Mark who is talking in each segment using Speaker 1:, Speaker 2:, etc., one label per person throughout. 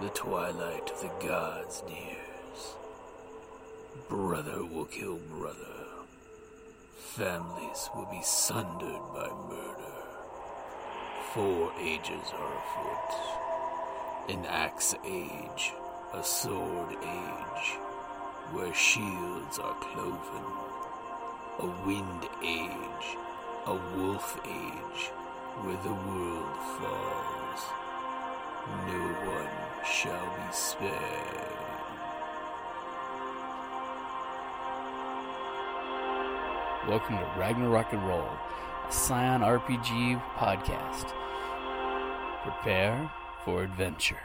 Speaker 1: the twilight of the gods nears, brother will kill brother. Families will be sundered by murder. Four ages are afoot an axe age, a sword age, where shields are cloven, a wind age, a wolf age, where the world falls. No one shall be spared.
Speaker 2: Welcome to Ragnarok and Roll, a Scion RPG podcast. Prepare for adventure.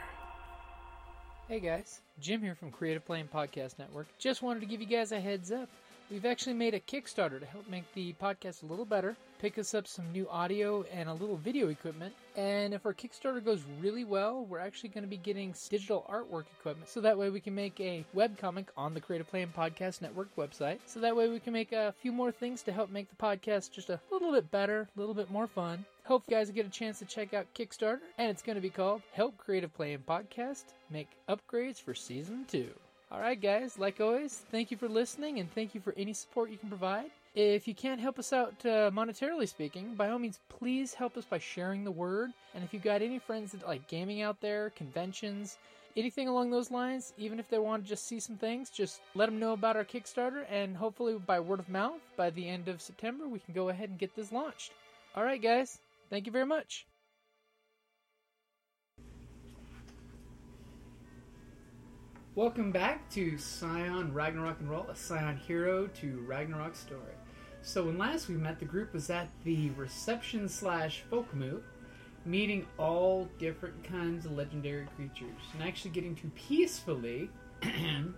Speaker 3: Hey guys, Jim here from Creative Playing Podcast Network. Just wanted to give you guys a heads up. We've actually made a Kickstarter to help make the podcast a little better, pick us up some new audio and a little video equipment. And if our Kickstarter goes really well, we're actually going to be getting digital artwork equipment. So that way we can make a webcomic on the Creative Playing Podcast Network website. So that way we can make a few more things to help make the podcast just a little bit better, a little bit more fun. Hope you guys get a chance to check out Kickstarter, and it's going to be called Help Creative Playing Podcast Make Upgrades for Season 2. All right, guys, like always, thank you for listening and thank you for any support you can provide. If you can't help us out uh, monetarily speaking, by all means, please help us by sharing the word. And if you've got any friends that like gaming out there, conventions, anything along those lines, even if they want to just see some things, just let them know about our Kickstarter. And hopefully, by word of mouth, by the end of September, we can go ahead and get this launched. All right, guys, thank you very much. Welcome back to Scion Ragnarok and Roll, a Scion hero to Ragnarok story. So when last we met, the group was at the reception slash folk moot, meeting all different kinds of legendary creatures, and actually getting to peacefully,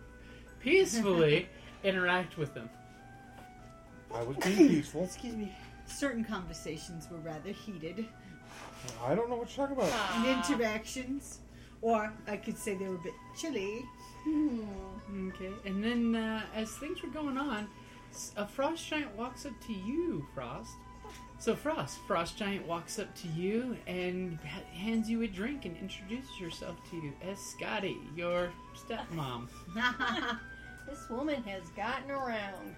Speaker 3: peacefully interact with them.
Speaker 4: I was being peaceful.
Speaker 5: Excuse me. Certain conversations were rather heated,
Speaker 4: I don't know what you're talking about.
Speaker 3: Ah.
Speaker 5: and interactions, or I could say they were a bit chilly.
Speaker 3: Okay, and then uh, as things were going on, s- a frost giant walks up to you, Frost. So Frost, Frost Giant walks up to you and ha- hands you a drink and introduces herself to you as Scotty, your stepmom.
Speaker 6: This woman has gotten around.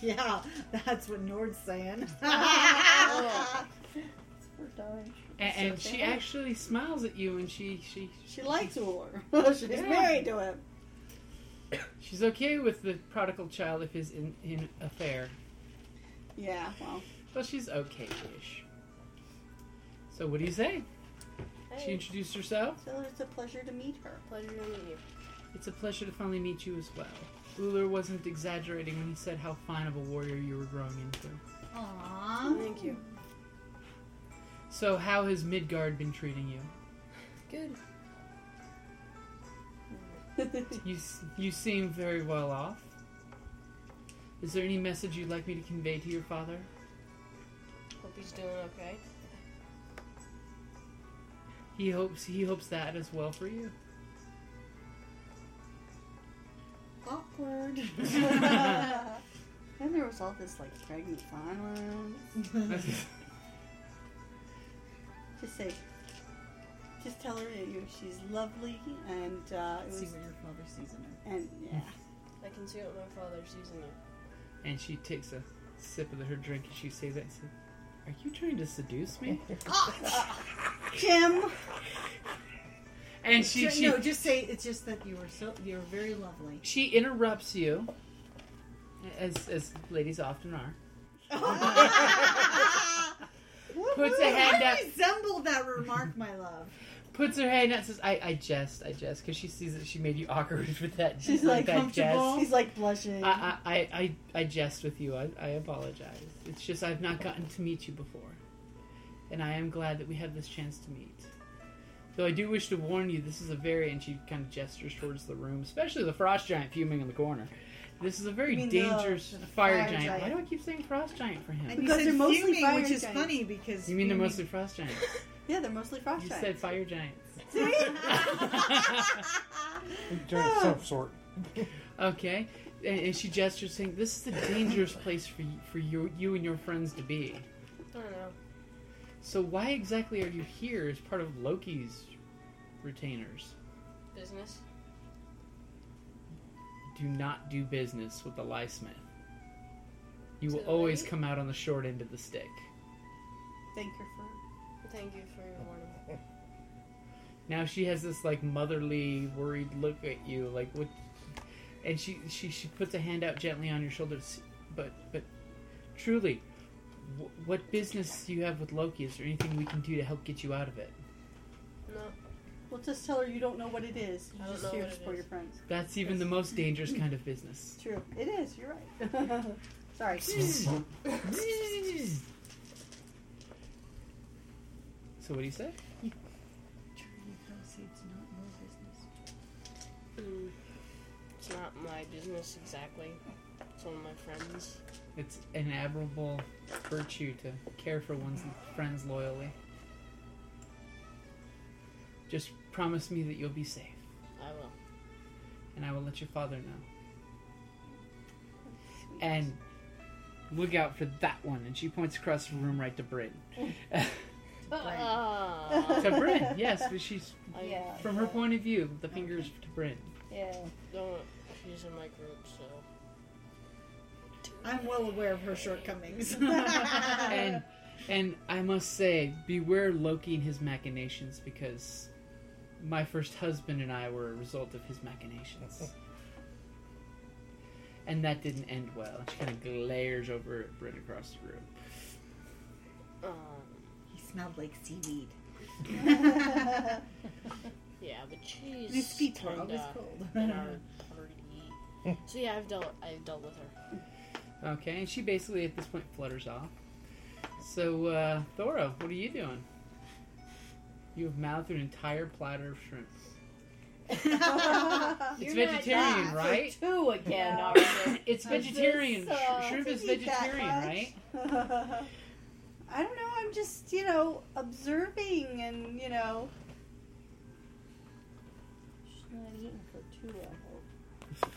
Speaker 5: yeah, that's what Nord's saying.
Speaker 6: We're done.
Speaker 3: A- and she
Speaker 6: thank-
Speaker 3: actually smiles at you and she, she
Speaker 5: she likes war. She's married to him.
Speaker 3: she's okay with the prodigal child if his in, in affair.
Speaker 5: Yeah, well.
Speaker 3: Well, she's okay-ish. So what do you say? She
Speaker 6: Hey,
Speaker 3: introduced herself.
Speaker 5: So it's a pleasure to meet her.
Speaker 6: pleasure to meet you.
Speaker 3: It's a pleasure to finally meet you as well. Uller wasn't exaggerating when he said how fine of a warrior you were growing into.
Speaker 5: Aww.
Speaker 6: Thank you.
Speaker 3: So, how has Midgard been treating you?
Speaker 6: Good.
Speaker 3: You s- you seem very well off. Is there any message you'd like me to convey to your father?
Speaker 6: Hope he's doing okay.
Speaker 3: He hopes he hopes that as well for you.
Speaker 7: awkward. and there was all this like pregnant silence. Just say, just tell her that you she's lovely and uh, it
Speaker 5: See
Speaker 7: was
Speaker 5: what your father sees in her.
Speaker 7: and yeah.
Speaker 6: I can see what my father's using it.
Speaker 3: and she takes a sip of her drink and she says that. And says, Are you trying to seduce me?
Speaker 7: Jim,
Speaker 3: And she
Speaker 5: Sure,
Speaker 3: she
Speaker 5: no, just say it's just that you were so you're very lovely.
Speaker 3: she interrupts you, as as ladies often are. Puts a hand
Speaker 5: I
Speaker 3: up.
Speaker 5: resemble that remark, my love.
Speaker 3: puts her hand out and says, I, I jest, I jest, because she sees that she made you awkward with that.
Speaker 7: she's
Speaker 3: with
Speaker 7: like
Speaker 3: that
Speaker 7: comfortable.
Speaker 3: jest.
Speaker 7: He's like blushing.
Speaker 3: I, I, I, I, I jest with you. I, I apologize. It's just I've not gotten to meet you before. And I am glad that we have this chance to meet. Though I do wish to warn you, this is a very, and she kind of gestures towards the room, especially the frost giant fuming in the corner. This is a very
Speaker 7: You mean the-
Speaker 3: dangerous
Speaker 7: the
Speaker 3: fire,
Speaker 7: fire
Speaker 3: giant.
Speaker 7: giant.
Speaker 3: Why do I keep saying frost giant for
Speaker 5: And
Speaker 3: him?
Speaker 5: you
Speaker 7: Because
Speaker 5: said
Speaker 7: they're mostly
Speaker 5: fuming,
Speaker 7: fire
Speaker 5: which is
Speaker 7: giants.
Speaker 5: funny because
Speaker 3: You mean they're
Speaker 5: fuming-
Speaker 3: mostly frost giants?
Speaker 7: yeah, they're mostly frost
Speaker 3: You
Speaker 7: giants.
Speaker 3: said fire giants.
Speaker 4: Giant some sort.
Speaker 3: Okay, and, and she gestures, saying, "This is a dangerous place for you, for you, you and your friends to be.
Speaker 6: I don't know.
Speaker 3: So why exactly are you here as part of Loki's retainers?
Speaker 6: Business.
Speaker 3: Do not do business with the lice man. You will
Speaker 6: So
Speaker 3: always
Speaker 6: they-
Speaker 3: come out on the short end of the stick.
Speaker 7: Thank her for.
Speaker 6: Thank you for your warning.
Speaker 3: Now she has this like motherly, worried look at you, like what? And she she she puts a hand out gently on your shoulder, s- but but truly, wh- what business do you have with Loki? Is there anything we can do to help get you out of it?
Speaker 6: No,
Speaker 7: Well, just tell her you don't know what it
Speaker 6: I
Speaker 7: is. You're
Speaker 6: don't
Speaker 7: just
Speaker 6: know
Speaker 7: here
Speaker 6: what
Speaker 7: to
Speaker 6: it
Speaker 7: support
Speaker 6: is.
Speaker 7: your friends.
Speaker 3: That's even the most dangerous kind of business.
Speaker 7: It's true. It is. You're right. Sorry.
Speaker 3: so what do you say?
Speaker 6: Mm. it's not my business exactly. It's one of my friends.
Speaker 3: It's an admirable virtue to care for one's friends loyally. Just promise me that you'll be safe,
Speaker 6: I will.
Speaker 3: and I will let your father know. And look out for that one. And she points across the room right to Bryn. to
Speaker 6: Ah.
Speaker 3: Bryn, yes, but she's
Speaker 6: I
Speaker 7: Yeah.
Speaker 3: from her point of view, the fingers to Bryn.
Speaker 7: Yeah.
Speaker 6: don't. She's in my group, so.
Speaker 5: I'm well aware of her shortcomings.
Speaker 3: And and I must say, beware Loki and his machinations because my first husband and I were a result of his machinations. and that didn't end well. She kind of glares over at Bryn across the room.
Speaker 6: Um,
Speaker 5: he smelled like seaweed.
Speaker 6: yeah, but she's
Speaker 5: His feet were
Speaker 6: kinda
Speaker 5: always cold.
Speaker 6: in our party. so yeah, I've dealt. I've dealt with her.
Speaker 3: Okay, and she basically at this point flutters off. So, uh, Thoro, what are you doing? You have mouthed an entire platter of shrimp. it's
Speaker 6: You're not
Speaker 3: vegetarian,
Speaker 6: back.
Speaker 3: right?
Speaker 6: Two again
Speaker 7: Yeah.
Speaker 6: already.
Speaker 3: It's
Speaker 7: Does
Speaker 3: vegetarian.
Speaker 7: this,
Speaker 3: Sh-
Speaker 7: uh,
Speaker 3: shrimp is
Speaker 7: does it eat that
Speaker 3: vegetarian,
Speaker 7: much?
Speaker 3: right?
Speaker 7: I don't know. I'm just, you know, observing and, you know. She's not eating for too long.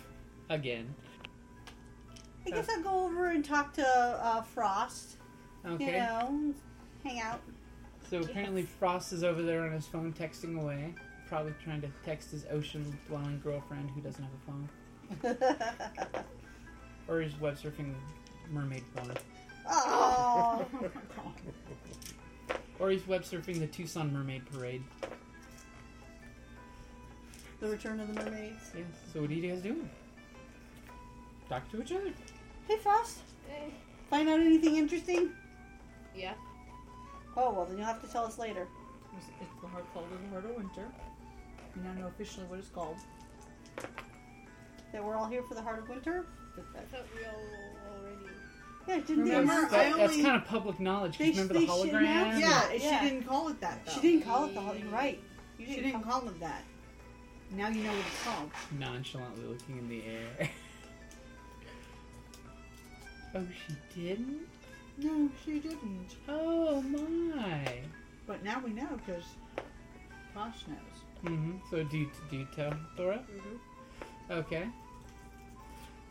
Speaker 3: Again.
Speaker 7: I guess I'll go over and talk to uh, Frost.
Speaker 3: Okay.
Speaker 7: You know, hang out.
Speaker 3: So apparently Frost is over there on his phone texting away, probably trying to text his ocean dwelling girlfriend who doesn't have a phone, or his web surfing mermaid phone,
Speaker 7: oh,
Speaker 3: or he's web surfing the Tucson Mermaid Parade.
Speaker 7: the Return of the Mermaids.
Speaker 3: Yeah. So what are you guys doing? Talk to each other.
Speaker 7: Hey, Frost. Find out anything interesting?
Speaker 6: Yeah.
Speaker 7: Oh well, then you'll have to tell us later.
Speaker 8: It's it's the hard cold of the heart of winter. And I don't know officially what it's called.
Speaker 7: That we're all here for the Heart of Winter.
Speaker 6: I thought we all already.
Speaker 7: Yeah, didn't they-
Speaker 5: Remember,
Speaker 3: that's,
Speaker 5: I
Speaker 3: that's
Speaker 5: only-
Speaker 3: kind of public knowledge. 'cause
Speaker 7: They-
Speaker 3: remember
Speaker 7: they
Speaker 3: the
Speaker 7: should
Speaker 3: hologram?
Speaker 7: announce-
Speaker 3: and-
Speaker 5: yeah,
Speaker 7: Yeah.
Speaker 5: she didn't call it that. Though.
Speaker 7: She didn't call it the Heart. You're right. You
Speaker 5: She
Speaker 7: didn't,
Speaker 5: didn't
Speaker 7: call,
Speaker 5: call it that. Now you know what it's called.
Speaker 3: nonchalantly looking in the air. oh, she didn't.
Speaker 5: No, she didn't.
Speaker 3: Oh my.
Speaker 5: But now we know because Posh knows.
Speaker 3: hmm So do you, do you tell Thora?
Speaker 6: Mm-hmm.
Speaker 3: Okay.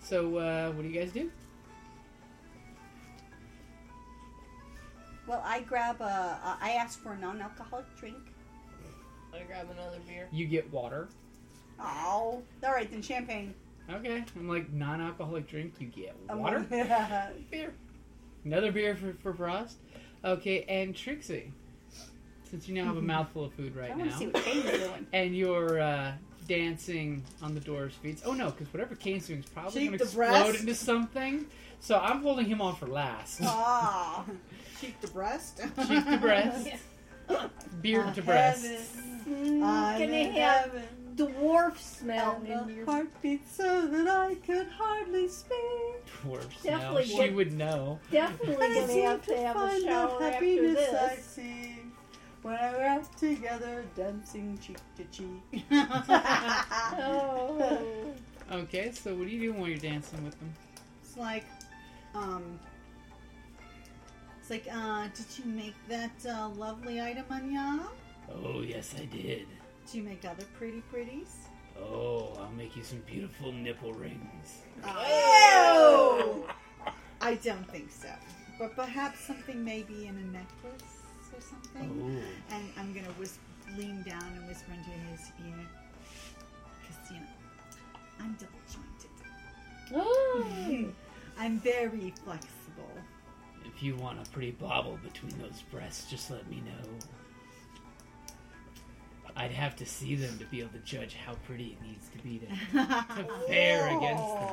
Speaker 3: So uh, what do you guys do?
Speaker 7: Well, I grab a. a- I ask for a non-alcoholic drink.
Speaker 6: I grab another beer.
Speaker 3: You get water.
Speaker 7: Oh, all right then, champagne.
Speaker 3: Okay. I'm like non-alcoholic drink. You get
Speaker 7: Um,
Speaker 3: water. beer. Another beer for for Frost. Okay, and Trixie, since you now have a mouthful of food
Speaker 7: I
Speaker 3: right
Speaker 7: want to
Speaker 3: now,
Speaker 7: see what Kane's doing.
Speaker 3: and you're uh, dancing on the dwarf's feet. Oh no, because whatever Kane's doing is probably
Speaker 5: Shake
Speaker 3: going to
Speaker 5: the
Speaker 3: explode
Speaker 5: breast.
Speaker 3: into something. So I'm holding him off for last.
Speaker 7: Ah,
Speaker 5: Cheek to breast.
Speaker 3: Cheek to breast, beard to breast.
Speaker 5: Uh, I'm
Speaker 6: Can
Speaker 5: in
Speaker 6: I have
Speaker 5: heaven.
Speaker 6: dwarf smell
Speaker 7: and
Speaker 6: in
Speaker 7: the
Speaker 6: your
Speaker 7: heart beats so that I could hardly speak.
Speaker 3: Dwarf smell.
Speaker 6: Definitely
Speaker 3: She
Speaker 6: get-
Speaker 3: would know.
Speaker 6: Definitely
Speaker 7: I
Speaker 6: gonna
Speaker 7: seem
Speaker 6: have to have a
Speaker 7: find out
Speaker 6: shower after
Speaker 7: happiness I
Speaker 6: this.
Speaker 7: see when I wrap together, dancing cheek to cheek.
Speaker 6: Oh.
Speaker 3: Okay, so what are you doing while you're dancing with them?
Speaker 5: It's like, um, it's like, uh, did you make that uh, lovely item on ya?
Speaker 9: Oh, yes, I did.
Speaker 5: Did you make other pretty pretties?
Speaker 9: Oh, I'll make you some beautiful nipple rings.
Speaker 5: Oh! I don't think so. But perhaps something maybe in a necklace or something.
Speaker 9: Oh,
Speaker 5: And I'm gonna whisper, lean down and whisper into his ear. I'm double jointed. I'm very flexible.
Speaker 3: If you want a pretty bobble between those breasts, just let me know. I'd have to see them to be able to judge how pretty it needs to be to compare
Speaker 6: Oh.
Speaker 3: against them.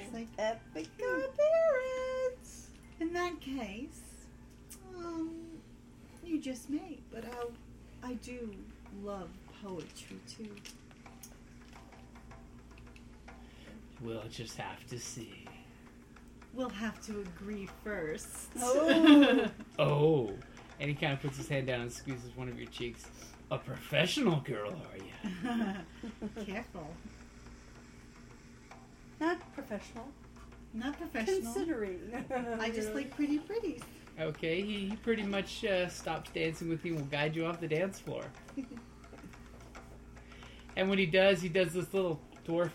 Speaker 5: It's like,
Speaker 7: Epic appearance.
Speaker 5: in that case, um, you just may, but I, I do love poetry too.
Speaker 3: We'll just have to see.
Speaker 5: We'll have to agree first.
Speaker 7: Oh.
Speaker 3: Oh, and he kind of puts his hand down and squeezes one of your cheeks. A professional girl, are you?
Speaker 5: Careful.
Speaker 7: Not professional.
Speaker 5: Not professional.
Speaker 7: Considering.
Speaker 5: I just like pretty pretties.
Speaker 3: Okay, he, he pretty much uh, stops dancing with you and will guide you off the dance floor. and when he does, he does this little dwarf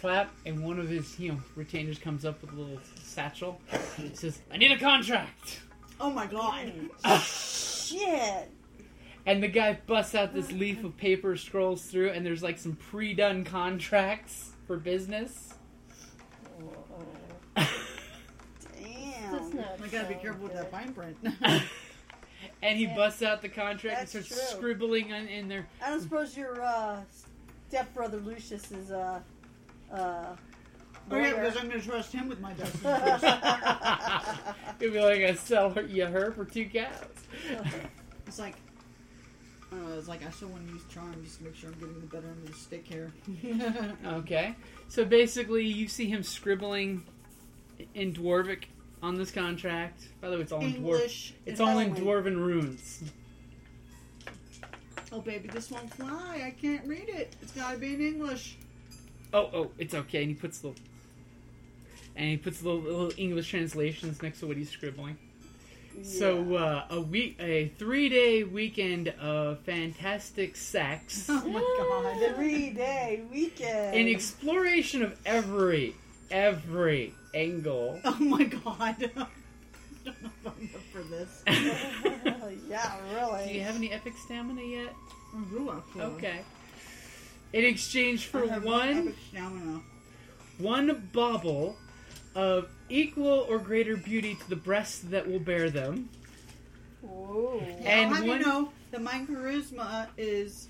Speaker 3: clap, and one of his you know, retainers comes up with a little satchel. He says, "I need a contract."
Speaker 5: Oh my god.
Speaker 7: shit.
Speaker 3: And the guy busts out this leaf of paper, scrolls through, and there's like some pre-done contracts for business.
Speaker 6: That's
Speaker 7: Damn.
Speaker 6: not
Speaker 5: I gotta be
Speaker 6: so
Speaker 5: careful with
Speaker 6: good.
Speaker 5: that fine print.
Speaker 3: And he busts out the contract and
Speaker 7: That's
Speaker 3: starts
Speaker 7: true.
Speaker 3: scribbling on, in there.
Speaker 7: I don't suppose your uh, stepbrother Lucius is a. Uh, uh,
Speaker 5: Oh yeah,
Speaker 7: lawyer.
Speaker 5: because I'm gonna trust him with my destiny.
Speaker 3: It'd be like I sell her, you her for two cows.
Speaker 5: it's like, uh, it's like I still want to use charm just to make sure I'm getting the better end of the stick here.
Speaker 3: Okay. So basically, you see him scribbling in Dwarvic on this contract. By the way, it's all in Dwarf.
Speaker 5: English.
Speaker 3: It's
Speaker 5: is
Speaker 3: all in
Speaker 5: only-
Speaker 3: Dwarven runes.
Speaker 5: Oh baby, this won't fly. I can't read it. It's gotta be in English.
Speaker 3: Oh, oh, it's okay. And he puts the and he puts the little, little English translations next to what he's scribbling. So uh, a week, a three-day weekend of fantastic sex.
Speaker 5: Oh my god.
Speaker 7: Three day eh? weekend. Oh,
Speaker 3: An exploration of every every angle.
Speaker 5: Oh my god. I don't know if I'm up for this.
Speaker 3: Do
Speaker 7: yeah, really.
Speaker 3: you have any epic stamina yet?
Speaker 5: I'm real up for it.
Speaker 3: Okay. In exchange for
Speaker 5: I have
Speaker 3: one
Speaker 5: epic stamina.
Speaker 3: one bauble of equal or greater beauty to the breasts that will bear them.
Speaker 7: Whoa.
Speaker 3: And
Speaker 5: I'll have
Speaker 3: one-
Speaker 5: you know that my charisma is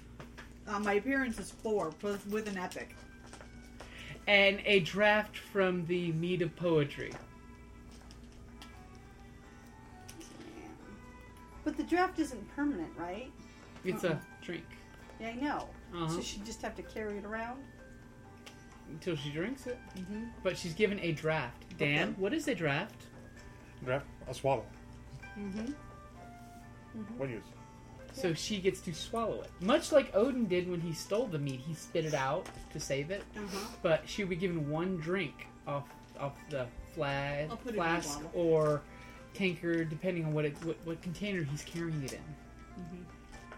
Speaker 5: uh, my appearance is four plus with an epic.
Speaker 3: and a draft from the Mead of Poetry.
Speaker 7: But the draft isn't permanent, right?
Speaker 3: It's a
Speaker 5: Uh-huh.
Speaker 3: drink
Speaker 7: Yeah, I know.
Speaker 3: Uh-huh.
Speaker 7: So she just have to carry it around.
Speaker 3: until she drinks it.
Speaker 5: Mm-hmm.
Speaker 3: But she's given a draft. Dan, what is a draft?
Speaker 4: Grab a swallow. What use?
Speaker 3: So she gets to swallow it. Much like Odin did when he stole the mead, he spit it out to save it.
Speaker 7: Uh-huh.
Speaker 3: But she'll be given one drink off off the flag,
Speaker 5: I'll put it in the
Speaker 3: flask
Speaker 5: bottle.
Speaker 3: or tankard, depending on what it what, what container he's carrying it in.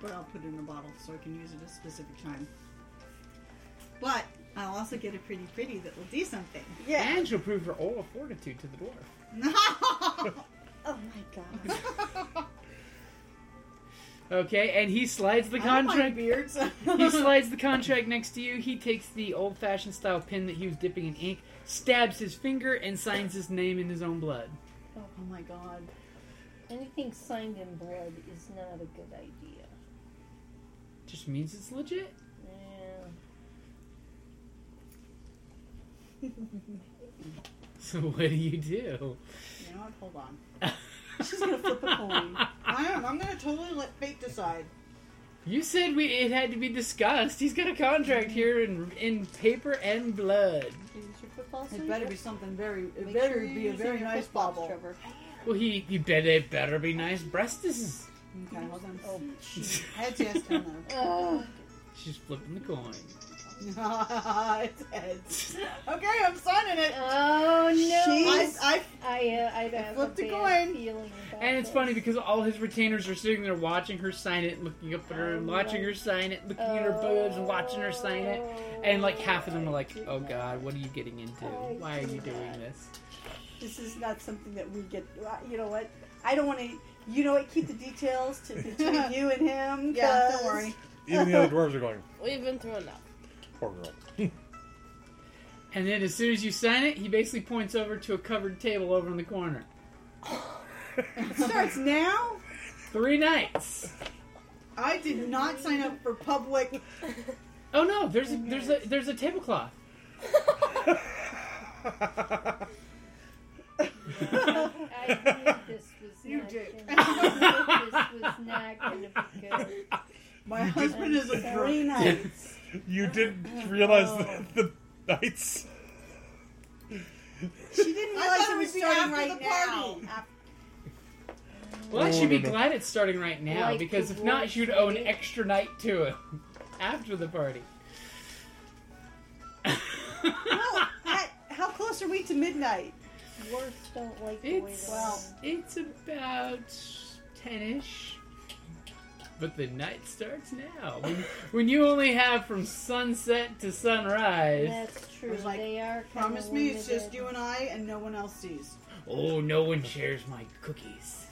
Speaker 5: But I'll put it in a bottle so I can use it at a specific time. But I'll also get a pretty pretty that will do something.
Speaker 7: Yeah.
Speaker 3: And she'll prove her oral fortitude to the dwarf.
Speaker 5: No!
Speaker 7: Oh my god.
Speaker 3: Okay, and he slides the contract.
Speaker 5: beards.
Speaker 3: he slides the contract next to you. He takes the old-fashioned style pen that he was dipping in ink, stabs his finger, and signs his name in his own blood.
Speaker 5: Oh my god.
Speaker 6: Anything signed in blood is not a good idea.
Speaker 3: Just means it's legit.
Speaker 6: Yeah.
Speaker 3: So what do you do?
Speaker 5: You know what? Hold on.
Speaker 7: She's gonna flip a coin.
Speaker 5: I am. I'm gonna totally let fate decide.
Speaker 3: You said we it had to be discussed. He's got a contract here in in paper and blood.
Speaker 7: Use your football
Speaker 5: It
Speaker 7: sleeve.
Speaker 5: better be something very. It
Speaker 7: Make
Speaker 5: better
Speaker 7: sure you're
Speaker 5: be a
Speaker 7: using
Speaker 5: very
Speaker 7: your
Speaker 5: nice
Speaker 7: flip-flops,
Speaker 5: bobble.
Speaker 7: Trevor.
Speaker 3: Well, he you bet it better be nice breasts.
Speaker 5: Okay, hold on.
Speaker 7: Oh,
Speaker 5: Heads, yes, down
Speaker 7: Ugh.
Speaker 6: Oh,
Speaker 3: She's flipping the coin.
Speaker 5: there. it's heads. Okay, I'm signing it.
Speaker 6: Oh
Speaker 5: I,
Speaker 6: no!
Speaker 5: I,
Speaker 6: I, uh, I have
Speaker 5: flipped
Speaker 6: a
Speaker 5: a
Speaker 6: bad
Speaker 5: coin.
Speaker 6: feeling. About
Speaker 3: And it's
Speaker 6: this.
Speaker 3: funny because all his retainers are sitting there watching her sign it, looking up at her and
Speaker 6: Oh,
Speaker 3: watching her
Speaker 6: right.
Speaker 3: sign it, looking at her boobs and watching her sign it. And like half of them are like, "Oh God, what are you getting into? Why are you doing this?"
Speaker 7: This is not something that we get. uh, You know what? I don't want to. You know what? Keep the details to between you and him.
Speaker 5: yeah,
Speaker 7: 'cause-
Speaker 5: don't worry.
Speaker 4: Even the other dwarves are going,
Speaker 6: We've been through enough.
Speaker 4: poor girl.
Speaker 3: And then as soon as you sign it, he basically points over to a covered table over in the corner.
Speaker 7: It starts now.
Speaker 3: Three nights.
Speaker 5: I did not sign up for public.
Speaker 3: Oh no, there's a, there's a there's a tablecloth.
Speaker 10: I knew this was
Speaker 5: You
Speaker 10: not
Speaker 5: did.
Speaker 10: Gonna, I knew this was not going to be good.
Speaker 5: My husband is a
Speaker 7: Three
Speaker 5: drunk.
Speaker 7: nights.
Speaker 4: you didn't realize the, the nights.
Speaker 7: She didn't
Speaker 5: I
Speaker 7: realize
Speaker 5: thought
Speaker 7: it was
Speaker 5: be
Speaker 7: starting
Speaker 5: after
Speaker 7: right
Speaker 5: the
Speaker 7: now.
Speaker 5: party.
Speaker 3: Well, I
Speaker 4: Oh,
Speaker 3: should be
Speaker 4: no, no.
Speaker 3: glad it's starting right now
Speaker 10: Like
Speaker 3: because
Speaker 10: the
Speaker 3: if not,
Speaker 10: voice
Speaker 3: you'd owe an
Speaker 10: lady.
Speaker 3: extra night to it after the party.
Speaker 7: Well, at, how close are we to midnight?
Speaker 10: Dwarfs don't like the way
Speaker 3: It's
Speaker 10: that
Speaker 7: Well.
Speaker 3: it's about ten-ish, but the night starts now. When, when you only have from sunset to sunrise,
Speaker 10: That's true.
Speaker 5: was like,
Speaker 10: they are. kinda
Speaker 5: Promise me it's just
Speaker 10: limited.
Speaker 5: you and I and no one else sees.
Speaker 3: oh, no one shares my cookies.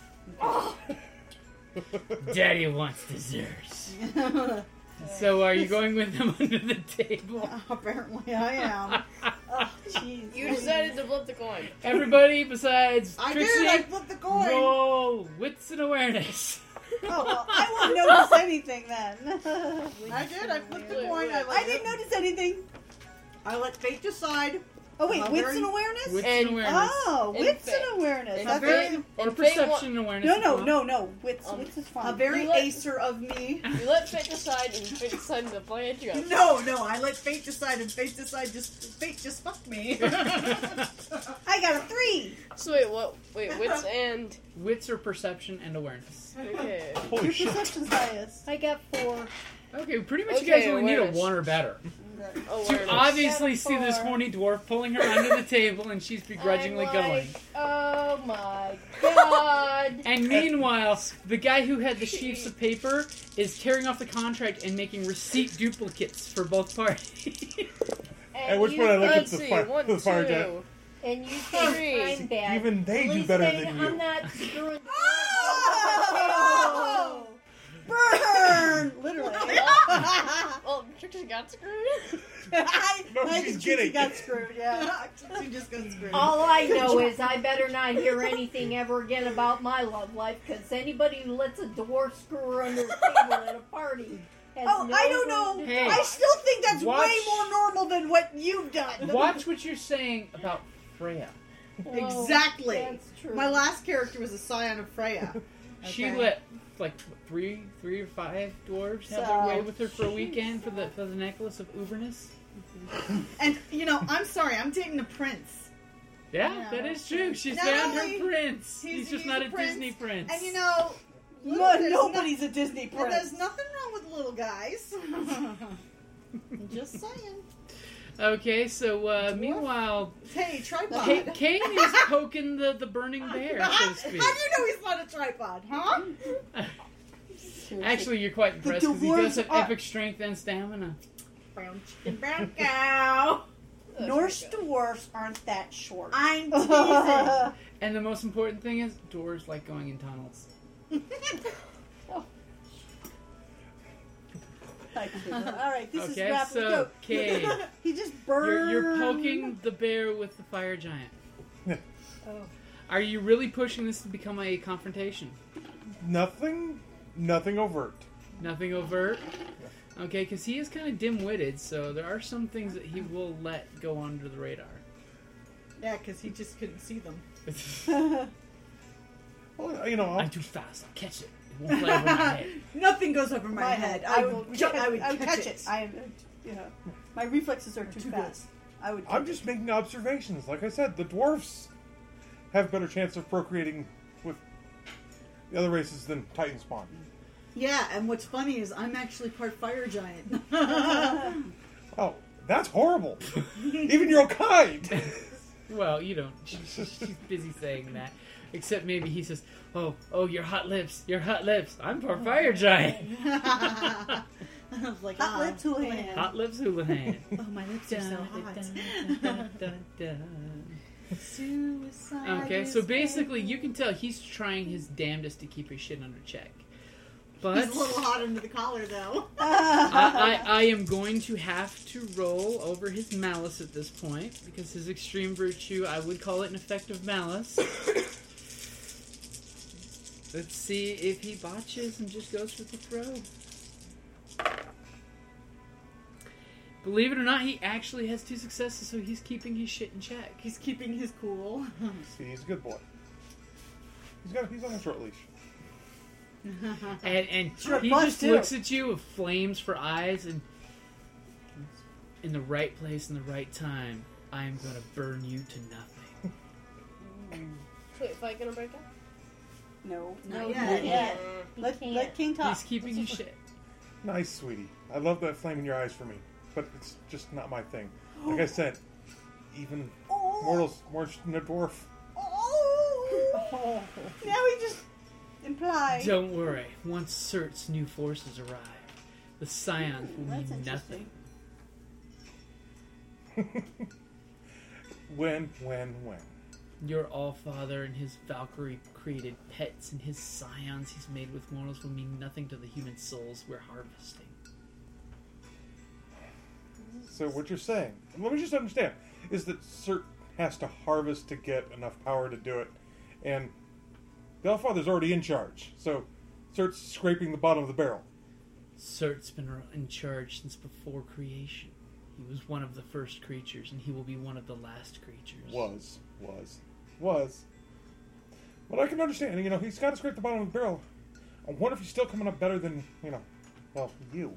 Speaker 3: Daddy wants desserts. So are you going with them under the table?
Speaker 5: Apparently I
Speaker 3: Um,
Speaker 5: am.
Speaker 7: Oh, jeez.
Speaker 6: You decided to flip the coin.
Speaker 3: uh, Everybody besides
Speaker 5: I
Speaker 3: Trixie,
Speaker 5: did, I flipped the coin.
Speaker 3: roll wits and awareness.
Speaker 7: Oh, well, I won't notice anything then.
Speaker 5: I did, I flipped the
Speaker 6: Wait,
Speaker 5: coin. I,
Speaker 6: wait.
Speaker 5: let
Speaker 7: I didn't notice anything.
Speaker 5: I let fate decide.
Speaker 7: Oh, wait,
Speaker 5: I'm
Speaker 7: wits
Speaker 5: very-
Speaker 7: and awareness?
Speaker 3: Wits
Speaker 6: And-
Speaker 3: and awareness.
Speaker 7: Oh,
Speaker 6: And
Speaker 7: wits
Speaker 6: faith.
Speaker 7: and awareness.
Speaker 6: And
Speaker 7: That's
Speaker 6: faith.
Speaker 7: right.
Speaker 3: or
Speaker 6: and Fate wa-
Speaker 3: perception and awareness.
Speaker 7: No,
Speaker 3: as
Speaker 7: no,
Speaker 3: well.
Speaker 7: no, no. Wits,
Speaker 6: Um,
Speaker 7: wits is
Speaker 5: A
Speaker 7: fine.
Speaker 5: very
Speaker 6: You let-
Speaker 5: acer of me.
Speaker 6: You let fate decide and fate decided to play at you.
Speaker 5: No, no, I let fate decide and fate decide just fate just fucked me.
Speaker 7: I got a three.
Speaker 6: So wait, what? Wait, wits and
Speaker 3: Wits or perception and awareness.
Speaker 6: okay.
Speaker 4: Holy
Speaker 7: Your
Speaker 4: shit.
Speaker 7: perception's highest.
Speaker 10: I got four.
Speaker 3: Okay, pretty much you
Speaker 6: Okay,
Speaker 3: guys only need
Speaker 6: awareness.
Speaker 3: a one or better. To
Speaker 6: Awareness.
Speaker 3: obviously
Speaker 10: Got
Speaker 3: see this
Speaker 10: four.
Speaker 3: horny dwarf pulling her under the table and she's begrudgingly
Speaker 10: I'm like,
Speaker 3: going.
Speaker 10: Oh my god.
Speaker 3: And meanwhile, the guy who had the sheets of paper is tearing off the contract and making receipt duplicates for both parties.
Speaker 10: and
Speaker 4: At which
Speaker 10: you,
Speaker 4: point I look at
Speaker 6: Let's
Speaker 4: the
Speaker 6: see.
Speaker 4: fire,
Speaker 6: One,
Speaker 4: the fire jet.
Speaker 6: two.
Speaker 10: And you think I'm
Speaker 6: Three.
Speaker 10: bad.
Speaker 4: Even they
Speaker 10: At
Speaker 4: do
Speaker 10: least
Speaker 4: better
Speaker 10: they-
Speaker 4: than you.
Speaker 10: I'm not screwing.
Speaker 7: Oh! Burn! Literally.
Speaker 6: Well, Trixie got screwed.
Speaker 7: I,
Speaker 4: No, she's
Speaker 7: I think Trixie
Speaker 4: kidding.
Speaker 7: got screwed, yeah.
Speaker 5: she just got screwed.
Speaker 10: All I know is I better not hear anything ever again about my love life because anybody who lets a dwarf screw her under the table at a party has
Speaker 7: Oh,
Speaker 10: no
Speaker 7: I don't
Speaker 10: room
Speaker 7: know.
Speaker 10: to
Speaker 3: Hey.
Speaker 7: I
Speaker 10: talk.
Speaker 7: still think that's
Speaker 3: Watch-
Speaker 7: way more normal than what you've done.
Speaker 3: Watch what you're saying about Freya.
Speaker 10: Whoa,
Speaker 5: Exactly.
Speaker 10: That's true.
Speaker 5: My last character was a scion of Freya.
Speaker 3: She
Speaker 5: Okay.
Speaker 3: let like what, three, three or five dwarves have
Speaker 7: So-
Speaker 3: their way with her for a weekend for the for the necklace of uberness.
Speaker 5: And you know, I'm sorry, I'm dating a prince.
Speaker 3: Yeah,
Speaker 7: Yeah,
Speaker 3: that is true. She's
Speaker 5: Not
Speaker 3: found her
Speaker 5: only-
Speaker 3: prince. He's,
Speaker 5: he's-
Speaker 3: just
Speaker 5: he's
Speaker 3: not
Speaker 5: a
Speaker 3: a
Speaker 5: prince,
Speaker 3: Disney prince.
Speaker 5: And you know,
Speaker 7: No,
Speaker 5: look, there's
Speaker 7: nobody's a Disney
Speaker 5: no- there's
Speaker 7: prince.
Speaker 5: nothing wrong with little guys. just saying.
Speaker 3: okay, so uh, meanwhile,
Speaker 5: Hey, tripod.
Speaker 3: Ca- Cain is poking the, the burning bear, so to speak.
Speaker 5: How do you know he's not a tripod, huh?
Speaker 3: Actually, you're quite impressed because he
Speaker 7: dwarves
Speaker 3: does have
Speaker 7: are-
Speaker 3: epic strength and stamina.
Speaker 5: Brown chicken, brown cow.
Speaker 7: Norse dwarfs aren't that short.
Speaker 5: I'm teasing.
Speaker 3: And the most important thing is, dwarves like going in tunnels.
Speaker 7: Oh. All right, this
Speaker 3: Okay,
Speaker 7: is rapid.
Speaker 3: so,
Speaker 7: go.
Speaker 3: Kay.
Speaker 7: he just
Speaker 3: You're,
Speaker 7: burned.
Speaker 3: you're poking the bear with the fire giant.
Speaker 10: Oh.
Speaker 3: Are you really pushing this to become a confrontation?
Speaker 4: Nothing, nothing overt.
Speaker 3: Nothing overt? Okay, because he is kind of dim witted, so there are some things that he will let go under the radar.
Speaker 5: yeah, because he just couldn't see them.
Speaker 4: Well, you know, I'll-
Speaker 3: I'm too fast. I'll catch it. It won't fly over my head.
Speaker 5: Nothing goes over my,
Speaker 7: my
Speaker 5: head. I,
Speaker 7: will
Speaker 5: would, ju-
Speaker 7: catch,
Speaker 5: I would
Speaker 7: I would
Speaker 5: catch,
Speaker 7: catch
Speaker 5: it.
Speaker 7: I am, you know, my reflexes are too,
Speaker 5: too good.
Speaker 7: fast. I would.
Speaker 4: I'm
Speaker 7: catch
Speaker 4: just making observations. Like I said, the dwarfs have better chance of procreating with the other races than Titan spawn.
Speaker 5: Yeah, and what's funny is I'm actually part fire giant.
Speaker 4: Oh, that's horrible. Even your own kind.
Speaker 3: Well, you don't. She, she- she's busy saying that. Except maybe he says, "Oh, oh, your hot lips, your hot lips." I'm for fire giant.
Speaker 5: I was like,
Speaker 7: it. Hot
Speaker 5: ah,
Speaker 7: lips, Houlihan.
Speaker 3: Hot lips Houlihan.
Speaker 5: Oh, my lips are so hot.
Speaker 3: Dun, dun, dun.
Speaker 5: Suicide.
Speaker 3: Okay, so
Speaker 5: is
Speaker 3: basically, you can tell he's trying his damnedest to keep his shit under check. But
Speaker 5: He's a little hot under the collar, though.
Speaker 3: I, I, I am going to have to roll over his malice at this point because his extreme virtue, I would call it an effective malice. Let's see if he botches and just goes for the throw. Believe it or not, he actually has two successes, so he's keeping his shit in check.
Speaker 5: He's keeping his cool.
Speaker 4: See, he's a good boy. He's got he's on a short leash.
Speaker 3: And, and
Speaker 5: Sure,
Speaker 3: he
Speaker 5: plus
Speaker 3: just
Speaker 5: two.
Speaker 3: looks at you with flames for eyes and in the right place in the right time, I am gonna burn you to nothing.
Speaker 6: Wait, fight gonna break out?
Speaker 7: No.
Speaker 5: Not
Speaker 7: Not
Speaker 5: yet.
Speaker 7: yet.
Speaker 6: Mm.
Speaker 10: He
Speaker 7: Let,
Speaker 10: can't.
Speaker 7: let King talk.
Speaker 3: He's keeping you shit.
Speaker 4: Nice, sweetie. I love that flame in your eyes for me, but it's just not my thing. Like I said, even mortals, more than a dwarf.
Speaker 7: Oh. Now he just implied.
Speaker 3: Don't worry. Once Cert's new forces arrive, the Scions will
Speaker 7: That's
Speaker 3: mean
Speaker 7: interesting.
Speaker 3: nothing.
Speaker 4: When, when, when?
Speaker 3: Your Allfather and his Valkyrie created pets and his Scions he's made with mortals will mean nothing to the human souls we're harvesting.
Speaker 4: So what you're saying? Let me just understand: is that Cert has to harvest to get enough power to do it, and the Allfather's already in charge. So Cert's scraping the bottom of the barrel.
Speaker 3: Cert's been ar- in charge since before creation. He was one of the first creatures, and he will be one of the last creatures.
Speaker 4: Was, was, was. But I can understand. You know, he's got to scrape the bottom of the barrel. I wonder if he's still coming up better than you know. Well, you.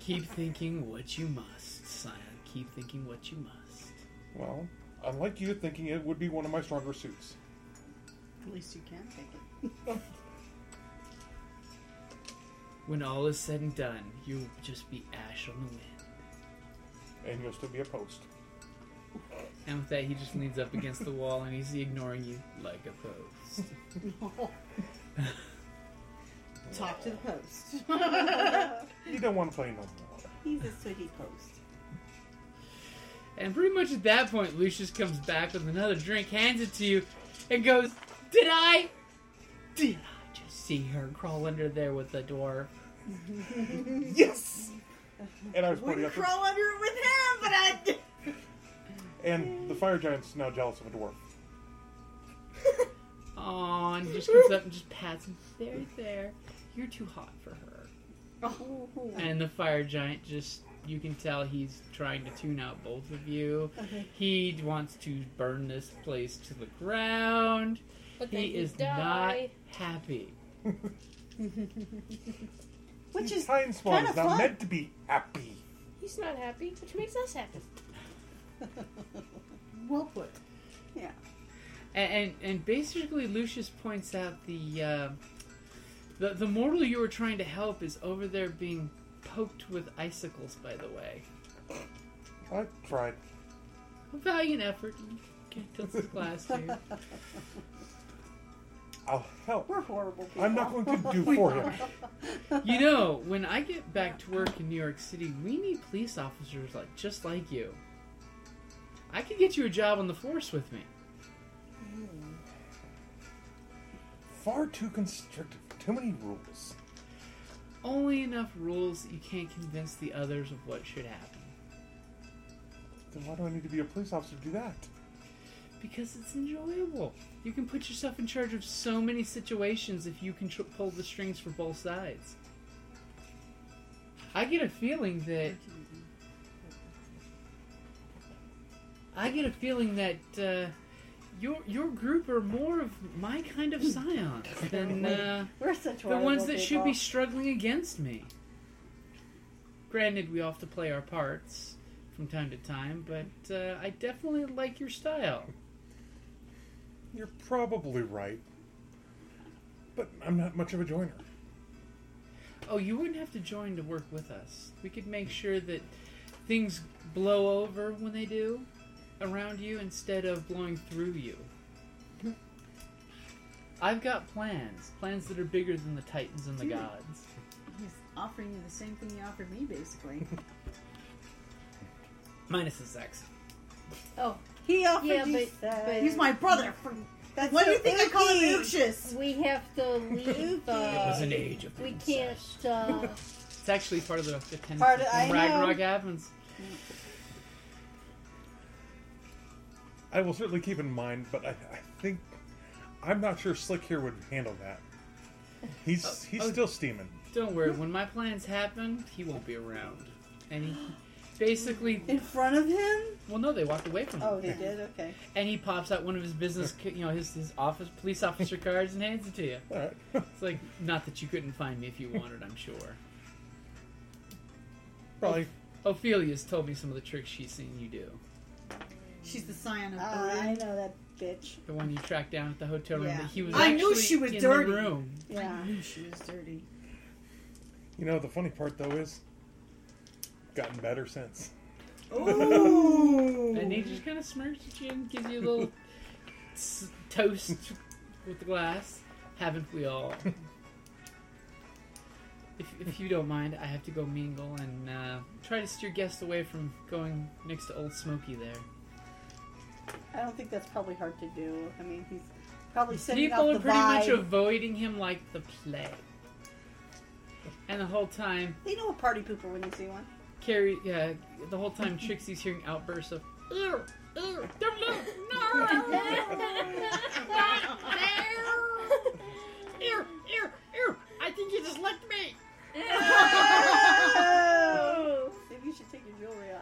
Speaker 3: Keep thinking what you must, Scion. Keep thinking what you must.
Speaker 4: Well, unlike you, thinking it would be one of my stronger suits.
Speaker 5: At least you can take it.
Speaker 3: When all is said and done, you'll just be ash on the wind.
Speaker 4: and you'll still be a post.
Speaker 3: And with that, he just leans up against the wall and he's ignoring you like a post.
Speaker 5: Talk to the post.
Speaker 4: You don't want to play no more.
Speaker 7: He's a sweetie post.
Speaker 3: And pretty much at that point, Lucius comes back with another drink, hands it to you, and goes, Did I? Did I just see her crawl under there with the dwarf?
Speaker 4: Yes. And I was pointing
Speaker 5: Wouldn't
Speaker 4: up,
Speaker 5: crawl under it with him, but I. d-
Speaker 4: and the fire giant's now jealous of a dwarf.
Speaker 3: Aw, and he just comes up and just pats him. There, there. You're too hot for her. Oh. And the fire giant just, you can tell he's trying to tune out both of you. He wants to burn this place to the ground.
Speaker 6: But then
Speaker 3: He
Speaker 6: you
Speaker 3: is not
Speaker 6: die.
Speaker 3: happy.
Speaker 7: Which
Speaker 4: These
Speaker 7: is
Speaker 4: time spawn is
Speaker 7: kinda
Speaker 4: not
Speaker 7: fun.
Speaker 4: meant to be happy.
Speaker 6: He's not happy, which makes us happy.
Speaker 5: Well put.
Speaker 3: And and, and basically, Lucius points out the, uh, the the mortal you were trying to help is over there being poked with icicles. By the way,
Speaker 4: I tried.
Speaker 3: a valiant effort. Can't tilt his glass here.
Speaker 4: I'll help.
Speaker 7: we're horrible people.
Speaker 4: I'm not going to do for him.
Speaker 3: You know, when I get back to work in New York City, we need police officers like just like you. I could get you a job on the force with me.
Speaker 4: Far too constrictive. Too many rules.
Speaker 3: Only enough rules that you can't convince the others of what should happen.
Speaker 4: Then why do I need to be a police officer to do that?
Speaker 3: Because it's enjoyable. You can put yourself in charge of so many situations if you can tr- pull the strings for both sides. I get a feeling that. I get a feeling that uh, your your group are more of my kind of scions than uh,
Speaker 7: We're such
Speaker 3: the
Speaker 7: horrible
Speaker 3: ones that should
Speaker 7: people.
Speaker 3: be struggling against me. Granted, we all have to play our parts from time to time, but uh, I definitely like your style.
Speaker 4: You're probably right. But I'm not much of a joiner.
Speaker 3: Oh, you wouldn't have to join to work with us. We could make sure that things blow over when they do around you instead of blowing through you. I've got plans. Plans that are bigger than the Titans and the gods.
Speaker 5: He's offering you the same thing he offered me, basically.
Speaker 3: Minus the sex.
Speaker 10: Oh,
Speaker 7: He offered
Speaker 10: Yeah,
Speaker 7: you
Speaker 10: but-
Speaker 7: sex.
Speaker 10: but-
Speaker 5: He's my brother. For
Speaker 7: That's
Speaker 5: What do
Speaker 7: so
Speaker 5: you think I call
Speaker 7: icky.
Speaker 5: it? Anxious.
Speaker 10: We have to leave.
Speaker 3: It was
Speaker 10: Uh,
Speaker 3: an age of
Speaker 10: we can't.
Speaker 3: incest.
Speaker 10: Uh,
Speaker 3: It's actually part of the, the ten
Speaker 7: Part of- I
Speaker 3: from
Speaker 7: know.
Speaker 3: Ragnarok Athens.
Speaker 4: I will certainly keep in mind, but I, I think I'm not sure Slick here would handle that. He's he's
Speaker 3: oh.
Speaker 4: still steaming.
Speaker 3: Don't worry. When my plans happen, he won't be around. And he basically,
Speaker 7: in front of him.
Speaker 3: well, no, they walked away from him.
Speaker 7: Oh, they did. Okay.
Speaker 3: And he pops out one of his business, ca- you know, his, his office police officer cards and hands it to you.
Speaker 4: All right.
Speaker 3: It's like, not that you couldn't find me if you wanted, I'm sure.
Speaker 4: Probably.
Speaker 3: Ophelia's told me some of the tricks she's seen you do.
Speaker 5: She's the scion of
Speaker 7: Ah, I
Speaker 5: Orion.
Speaker 7: know that bitch.
Speaker 3: The one you tracked down at the hotel room.
Speaker 5: Yeah.
Speaker 3: But he was
Speaker 5: I knew
Speaker 3: actually
Speaker 5: she was
Speaker 3: in
Speaker 5: dirty.
Speaker 3: The room.
Speaker 7: Yeah.
Speaker 5: I knew she was dirty.
Speaker 4: You know the funny part though is, gotten better since.
Speaker 5: Ooh.
Speaker 3: And he just kind of smirks at you and gives you a little s- toast with the glass. Haven't we all? If, if you don't mind, I have to go mingle and uh, try to steer guests away from going next to Old Smoky there.
Speaker 7: I don't think that's probably hard to do. I mean, he's probably sending
Speaker 3: People
Speaker 7: out
Speaker 3: are
Speaker 7: the
Speaker 3: pretty much
Speaker 7: vibe.
Speaker 3: avoiding him like the plague. And the whole time,
Speaker 7: They know a party pooper when they see one.
Speaker 3: Carrie, uh, the whole time Trixie's hearing outbursts of, ew, ew, don't look, no, not there, ew, ew, ew, I think you just licked me. Oh.
Speaker 7: Maybe you should take your jewelry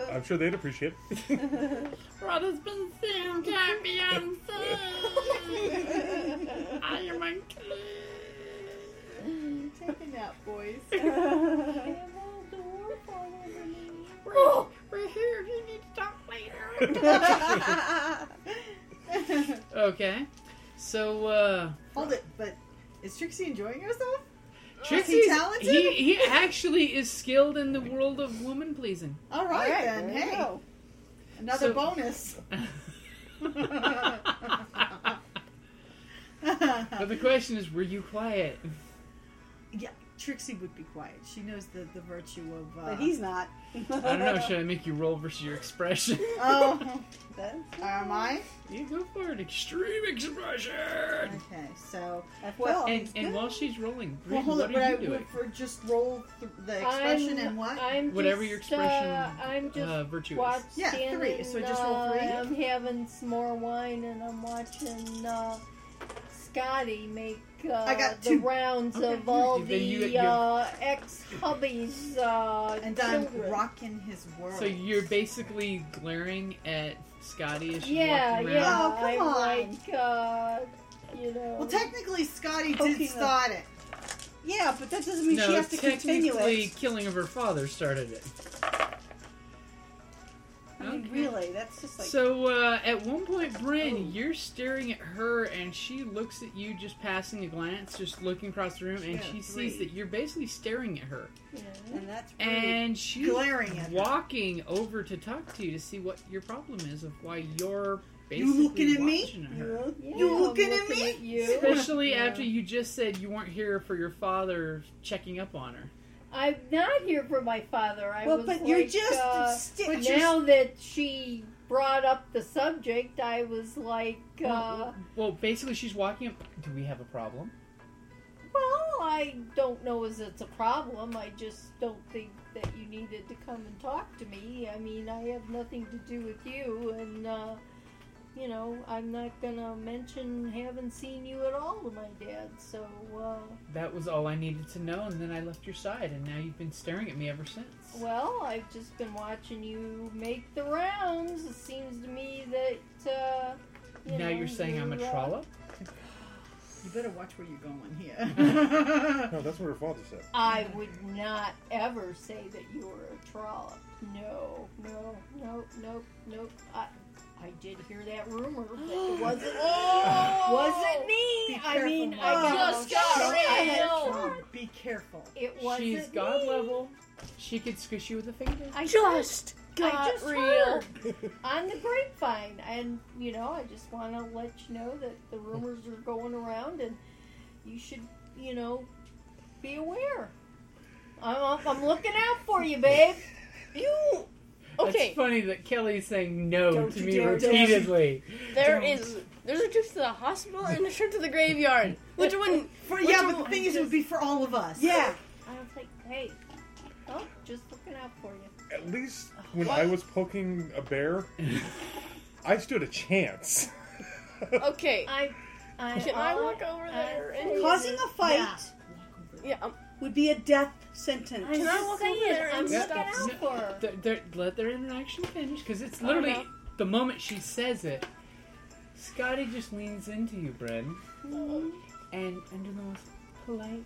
Speaker 7: off.
Speaker 4: I'm sure they'd appreciate. it.
Speaker 3: Brother's been saying, get me unseen. I am unclean.
Speaker 7: take a nap, boys.
Speaker 3: We're, we're here, you need to talk later. Okay, so, uh...
Speaker 5: Hold it, but is Trixie enjoying herself?
Speaker 3: Trixie,
Speaker 5: Oh, he talented?
Speaker 3: he, he actually is skilled in the world of woman pleasing.
Speaker 5: All right, then.
Speaker 7: there you
Speaker 5: Hey,
Speaker 7: go.
Speaker 5: another
Speaker 3: So-
Speaker 5: bonus.
Speaker 3: but the question is, were you quiet?
Speaker 5: Yeah, Trixie would be quiet. She knows the, the virtue of. Uh,
Speaker 7: But he's not.
Speaker 3: I don't know. Should I make you roll versus your expression?
Speaker 5: Oh,
Speaker 7: That's-
Speaker 5: am I?
Speaker 3: you go for an extreme expression.
Speaker 5: Okay, so
Speaker 7: that's well,
Speaker 3: And, and while she's rolling, Brittany,
Speaker 5: well, hold
Speaker 3: what
Speaker 5: it. But
Speaker 3: are
Speaker 5: I
Speaker 3: you doing?
Speaker 5: would for just roll th- the expression
Speaker 10: I'm,
Speaker 5: and what?
Speaker 10: I'm
Speaker 3: Whatever
Speaker 10: just,
Speaker 3: your expression,
Speaker 10: Uh, I'm just
Speaker 3: uh, virtue is.
Speaker 10: watch-
Speaker 5: Yeah,
Speaker 10: standing,
Speaker 5: three. So just roll
Speaker 10: uh,
Speaker 5: three.
Speaker 10: I'm having some more wine and I'm watching uh, Scotty make uh,
Speaker 5: I got
Speaker 10: the
Speaker 5: two.
Speaker 10: rounds
Speaker 3: Okay,
Speaker 10: of all
Speaker 3: then
Speaker 10: the
Speaker 3: you- you-
Speaker 10: uh, ex hubbies. Uh,
Speaker 5: and I'm
Speaker 10: children.
Speaker 5: rocking his world.
Speaker 3: So you're basically glaring at Scotty as she's
Speaker 10: Yeah,
Speaker 3: walking
Speaker 10: yeah.
Speaker 3: around.
Speaker 5: Oh, come
Speaker 10: I'm
Speaker 5: on.
Speaker 10: like, uh, you know.
Speaker 5: Well, technically, Scotty
Speaker 7: Poking
Speaker 5: did start it.
Speaker 7: yeah, but that doesn't mean she
Speaker 3: no,
Speaker 7: has to continue
Speaker 3: technically,
Speaker 7: it.
Speaker 3: killing of her father started it.
Speaker 7: I mean,
Speaker 3: Okay.
Speaker 7: really, that's just like
Speaker 3: So uh, at one point, Bryn, you're staring at her, and she looks at you, just passing a glance, just looking across the room, and
Speaker 5: Yeah,
Speaker 3: she
Speaker 5: three.
Speaker 3: sees that you're basically staring at her,
Speaker 7: and that's rude.
Speaker 3: and she's
Speaker 5: Glaring at her.
Speaker 3: walking over to talk to you to see what your problem is of why you're
Speaker 5: You
Speaker 3: basically
Speaker 5: looking at me?
Speaker 3: watching her.
Speaker 7: You-
Speaker 10: Yeah,
Speaker 5: You
Speaker 10: I'm
Speaker 5: looking at me?
Speaker 10: At you.
Speaker 3: Especially
Speaker 10: Yeah.
Speaker 3: after you just said you weren't here for your father checking up on her.
Speaker 10: I'm not here for my father. I
Speaker 7: Well,
Speaker 10: was
Speaker 7: but you're
Speaker 10: like,
Speaker 7: just
Speaker 10: uh,
Speaker 7: sti-
Speaker 10: But
Speaker 7: but you're-
Speaker 10: now that she brought up the subject, I was like, uh,
Speaker 3: Well, well, basically, she's walking up. Do we have a problem?
Speaker 10: well, I don't know as it's a problem. I just don't think that you needed to come and talk to me. I mean, I have nothing to do with you, and, uh, you know, I'm not gonna mention haven't seen you at all to my dad, so, uh,
Speaker 3: That was all I needed to know, and then I left your side, and now you've been staring at me ever since.
Speaker 10: well, I've just been watching you make the rounds. It seems to me that, uh, you
Speaker 3: now
Speaker 10: know,
Speaker 3: you're saying I'm a
Speaker 10: uh,
Speaker 3: trollop?
Speaker 5: You better watch where you're going here.
Speaker 4: No, that's what her father said.
Speaker 10: I would not ever say that you were a trollop. No, no, no, no, no. I, I did hear that rumor, but it wasn't.
Speaker 3: Oh!
Speaker 10: wasn't me.
Speaker 5: Be
Speaker 10: I mean,
Speaker 5: careful,
Speaker 10: I
Speaker 5: Mom.
Speaker 10: just
Speaker 5: Don't let
Speaker 10: got real.
Speaker 5: Trump. Be careful.
Speaker 10: It wasn't
Speaker 3: She's god
Speaker 10: me.
Speaker 3: level. She could squish you with a finger.
Speaker 10: I
Speaker 7: just
Speaker 10: I just heard on the grapevine, and you know, I just want to let you know that the rumors are going around, and you should, you know, be aware. I'm, I'm looking out for you, babe.
Speaker 5: You
Speaker 6: Okay.
Speaker 3: It's funny that Kelly's saying no
Speaker 7: Don't
Speaker 3: to
Speaker 7: you
Speaker 3: me
Speaker 7: dare, don't you-
Speaker 3: repeatedly.
Speaker 6: There is. There's a trip to the hospital and a trip to the graveyard. Which one?
Speaker 5: For,
Speaker 6: Which
Speaker 5: yeah,
Speaker 6: one-
Speaker 5: but the thing is, it would be for all of us.
Speaker 7: Yeah.
Speaker 10: I was like, hey, oh, just looking out for you.
Speaker 4: At least when I was poking a bear, I stood a chance.
Speaker 6: Okay.
Speaker 10: I, I
Speaker 6: Can I walk over there? And,
Speaker 7: Causing a fight
Speaker 10: Yeah.
Speaker 6: yeah. Um,
Speaker 7: would be a death sentence.
Speaker 10: I'm
Speaker 6: Can I
Speaker 10: just
Speaker 6: walk over
Speaker 10: saying,
Speaker 6: there and
Speaker 10: I'm
Speaker 6: stop-
Speaker 10: looking out
Speaker 3: No,
Speaker 10: for her.
Speaker 3: th- th- let their interaction finish because it's
Speaker 10: I don't
Speaker 3: literally the moment she says it, Scotty just leans into you, Bren,
Speaker 10: Mm-hmm.
Speaker 3: and under the most polite,